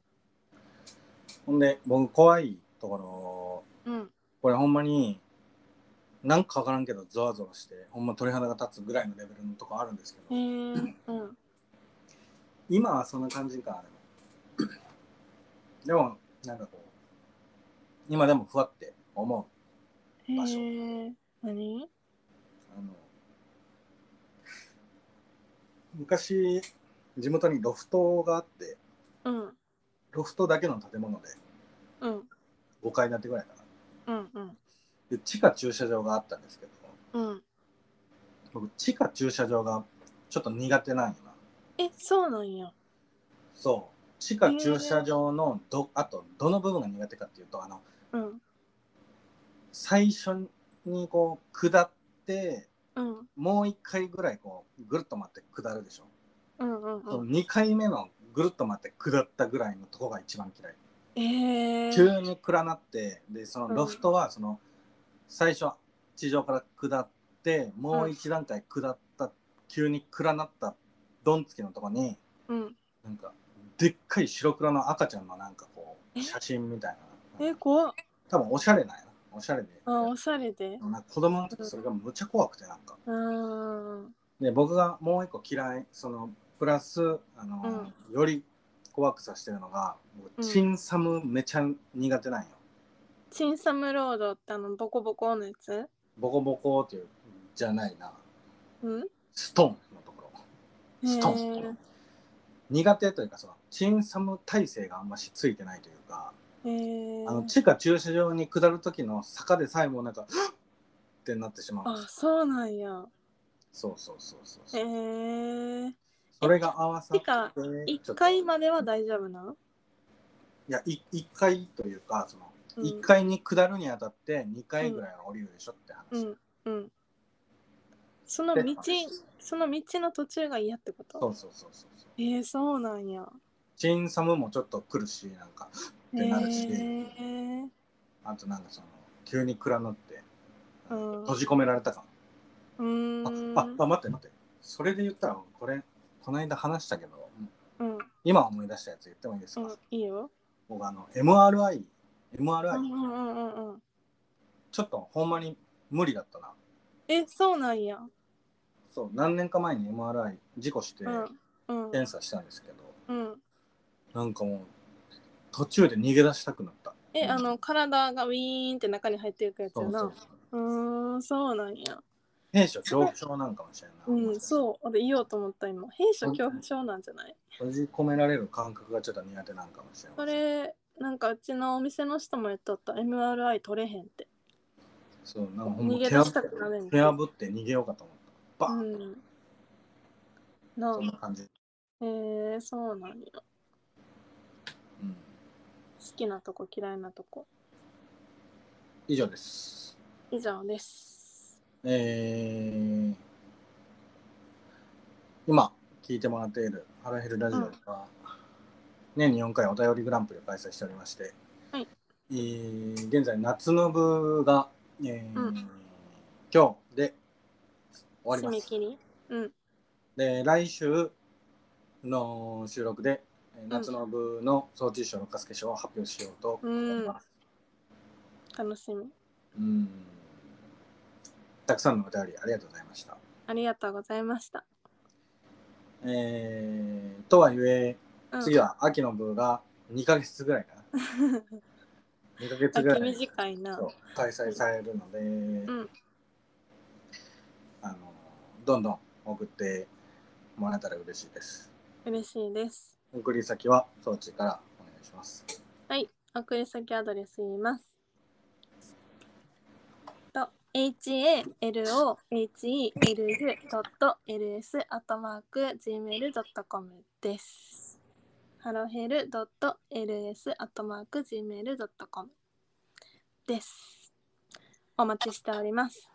[SPEAKER 1] ほんで僕怖いところ
[SPEAKER 2] うん。
[SPEAKER 1] これほんまになんかわからんけどゾワゾワしてほんま鳥肌が立つぐらいのレベルのとこあるんですけど
[SPEAKER 2] へえ。うん。
[SPEAKER 1] 今はそんな感じかでもでもなんかこう今でもふわって思う場所
[SPEAKER 2] へえ。何
[SPEAKER 1] あの昔地元にロフトがあって
[SPEAKER 2] うん。
[SPEAKER 1] ロフトだけの建物で
[SPEAKER 2] うん。
[SPEAKER 1] 5階建てぐらいかな
[SPEAKER 2] うん。うん。
[SPEAKER 1] で地下駐車場があったんですけど
[SPEAKER 2] うん。
[SPEAKER 1] 僕地下駐車場がちょっと苦手なんよな
[SPEAKER 2] え、そうなんや。
[SPEAKER 1] そう地下駐車場のど、あとどの部分が苦手かっていうとあの
[SPEAKER 2] うん。
[SPEAKER 1] 最初にこう下って
[SPEAKER 2] うん。
[SPEAKER 1] もう1回ぐらいこうぐるっと待って下るでしょ、
[SPEAKER 2] うん。うん。
[SPEAKER 1] そうの
[SPEAKER 2] ん。
[SPEAKER 1] 2回目のぐるっと待って下ったぐらいのとこが一番嫌い
[SPEAKER 2] ええ。
[SPEAKER 1] 急に暗なってでそのロフトはその最初地上から下ってもう一段階下った急に暗なったドンつきのとこに
[SPEAKER 2] うん。
[SPEAKER 1] なんかでっかい白黒の赤ちゃんのなんかこう
[SPEAKER 2] え
[SPEAKER 1] 写真みたいな
[SPEAKER 2] え、怖っ。
[SPEAKER 1] 多分おしゃれなんやなおしゃれで
[SPEAKER 2] あ、おしゃれで。
[SPEAKER 1] なんか子供の時それがむちゃ怖くてなんか
[SPEAKER 2] うーん。
[SPEAKER 1] で僕がもう一個嫌いそのプラスあの、より怖くさせてるのが
[SPEAKER 2] うん
[SPEAKER 1] チンサムめちゃ苦手なんよ、
[SPEAKER 2] チンサムロードってあのボコボコのやつ
[SPEAKER 1] ボコボコっていうじゃないな
[SPEAKER 2] うん
[SPEAKER 1] ストンのところスト
[SPEAKER 2] へ
[SPEAKER 1] ン
[SPEAKER 2] ー
[SPEAKER 1] 苦手というかそのチンサム体制があんましついてないというか、
[SPEAKER 2] へえ
[SPEAKER 1] あの地下駐車場に下る時の坂でさえもなんか *gasps* ってなってしまうんで
[SPEAKER 2] あ
[SPEAKER 1] す
[SPEAKER 2] そうなんや
[SPEAKER 1] そうそうそうそう
[SPEAKER 2] へ
[SPEAKER 1] そう、
[SPEAKER 2] え
[SPEAKER 1] それが合わさって
[SPEAKER 2] 地下
[SPEAKER 1] ちょっ
[SPEAKER 2] 1
[SPEAKER 1] と
[SPEAKER 2] 階までは大丈夫なん
[SPEAKER 1] いやい一階というかその
[SPEAKER 2] うん
[SPEAKER 1] 1階に下るにあたって2階ぐらいは降りるでしょって話、
[SPEAKER 2] うんうんその道その道の途中が嫌ってこ
[SPEAKER 1] そ
[SPEAKER 2] と
[SPEAKER 1] うそうそうそうそう
[SPEAKER 2] えー、そうなんや
[SPEAKER 1] チンサムもちょっと来るしなんか
[SPEAKER 2] へ
[SPEAKER 1] てなるし
[SPEAKER 2] え
[SPEAKER 1] あとなんかその急に暗なって、
[SPEAKER 2] うん
[SPEAKER 1] 閉じ込められた感
[SPEAKER 2] うーん
[SPEAKER 1] あああ待って待ってそれで言ったらこれこの間話したけど
[SPEAKER 2] うん
[SPEAKER 1] 今思い出したやつ言ってもいいですか、
[SPEAKER 2] うんいいよ
[SPEAKER 1] 僕あの MRI
[SPEAKER 2] う
[SPEAKER 1] MRI、
[SPEAKER 2] んうんうんうんうん
[SPEAKER 1] ちょっとほんまに無理だったな
[SPEAKER 2] えそうなんや
[SPEAKER 1] そう何年か前に MRI 事故して
[SPEAKER 2] うんうん
[SPEAKER 1] 検査したんですけど、
[SPEAKER 2] うん
[SPEAKER 1] なんかもう途中で逃げ出したくなった
[SPEAKER 2] えあの体がウィーンって中に入っていくやつ
[SPEAKER 1] そ
[SPEAKER 2] や
[SPEAKER 1] う
[SPEAKER 2] な
[SPEAKER 1] そう
[SPEAKER 2] うーんそうなんや
[SPEAKER 1] 弊社恐怖症なんかもしれんない、
[SPEAKER 2] うん、そう、俺言おうと思った今。弊社恐怖症なんじゃない
[SPEAKER 1] 閉じ込められる感覚がちょっと苦手なんかもしれ
[SPEAKER 2] そ
[SPEAKER 1] ない
[SPEAKER 2] れ、なんかうちのお店の人も言っとった。MRI 取れへんって。
[SPEAKER 1] そうなんかほんま
[SPEAKER 2] 逃げ
[SPEAKER 1] 手
[SPEAKER 2] 出
[SPEAKER 1] 破
[SPEAKER 2] した
[SPEAKER 1] って
[SPEAKER 2] くなるん
[SPEAKER 1] 手
[SPEAKER 2] だ
[SPEAKER 1] 破って逃げようかと思ったバー
[SPEAKER 2] う
[SPEAKER 1] ン、
[SPEAKER 2] ん。な
[SPEAKER 1] そんな感じ、
[SPEAKER 2] あ、へえそうなんや。好
[SPEAKER 1] うん、
[SPEAKER 2] きなとこ、嫌いなとこ。
[SPEAKER 1] 以上です
[SPEAKER 2] 以上です。
[SPEAKER 1] えー、今聞いてもらっている「ハロヘルラジオ」は年に4回お便りグランプリを開催しておりまして、
[SPEAKER 2] はい
[SPEAKER 1] えー現在夏の部が、えー
[SPEAKER 2] うん
[SPEAKER 1] 今日で終
[SPEAKER 2] 締
[SPEAKER 1] わり
[SPEAKER 2] め
[SPEAKER 1] ます
[SPEAKER 2] 切りうん。
[SPEAKER 1] で来週の収録でえー夏の部の総知事賞のカスケ賞を発表しようと思います、
[SPEAKER 2] 楽しみ。
[SPEAKER 1] うんたくさんのお便りありがとうございました
[SPEAKER 2] ありがとうございました。
[SPEAKER 1] えーとはいえ、
[SPEAKER 2] うん、
[SPEAKER 1] 次。
[SPEAKER 2] *laughs*
[SPEAKER 1] は秋の部が2ヶ月ぐらいかな。2ヶ月ぐら
[SPEAKER 2] 秋
[SPEAKER 1] いに
[SPEAKER 2] 短いな
[SPEAKER 1] そ。う開催されるので、
[SPEAKER 2] ん
[SPEAKER 1] あのどんどん送ってもらえたら嬉しいです。
[SPEAKER 2] 嬉しいです。
[SPEAKER 1] 送り先は装置からお願いします。
[SPEAKER 2] はい、送り先アドレス言います。と、halohelel.ls.gmail.com です。ハロヘル .ls.gmail.com です。お待ちしております。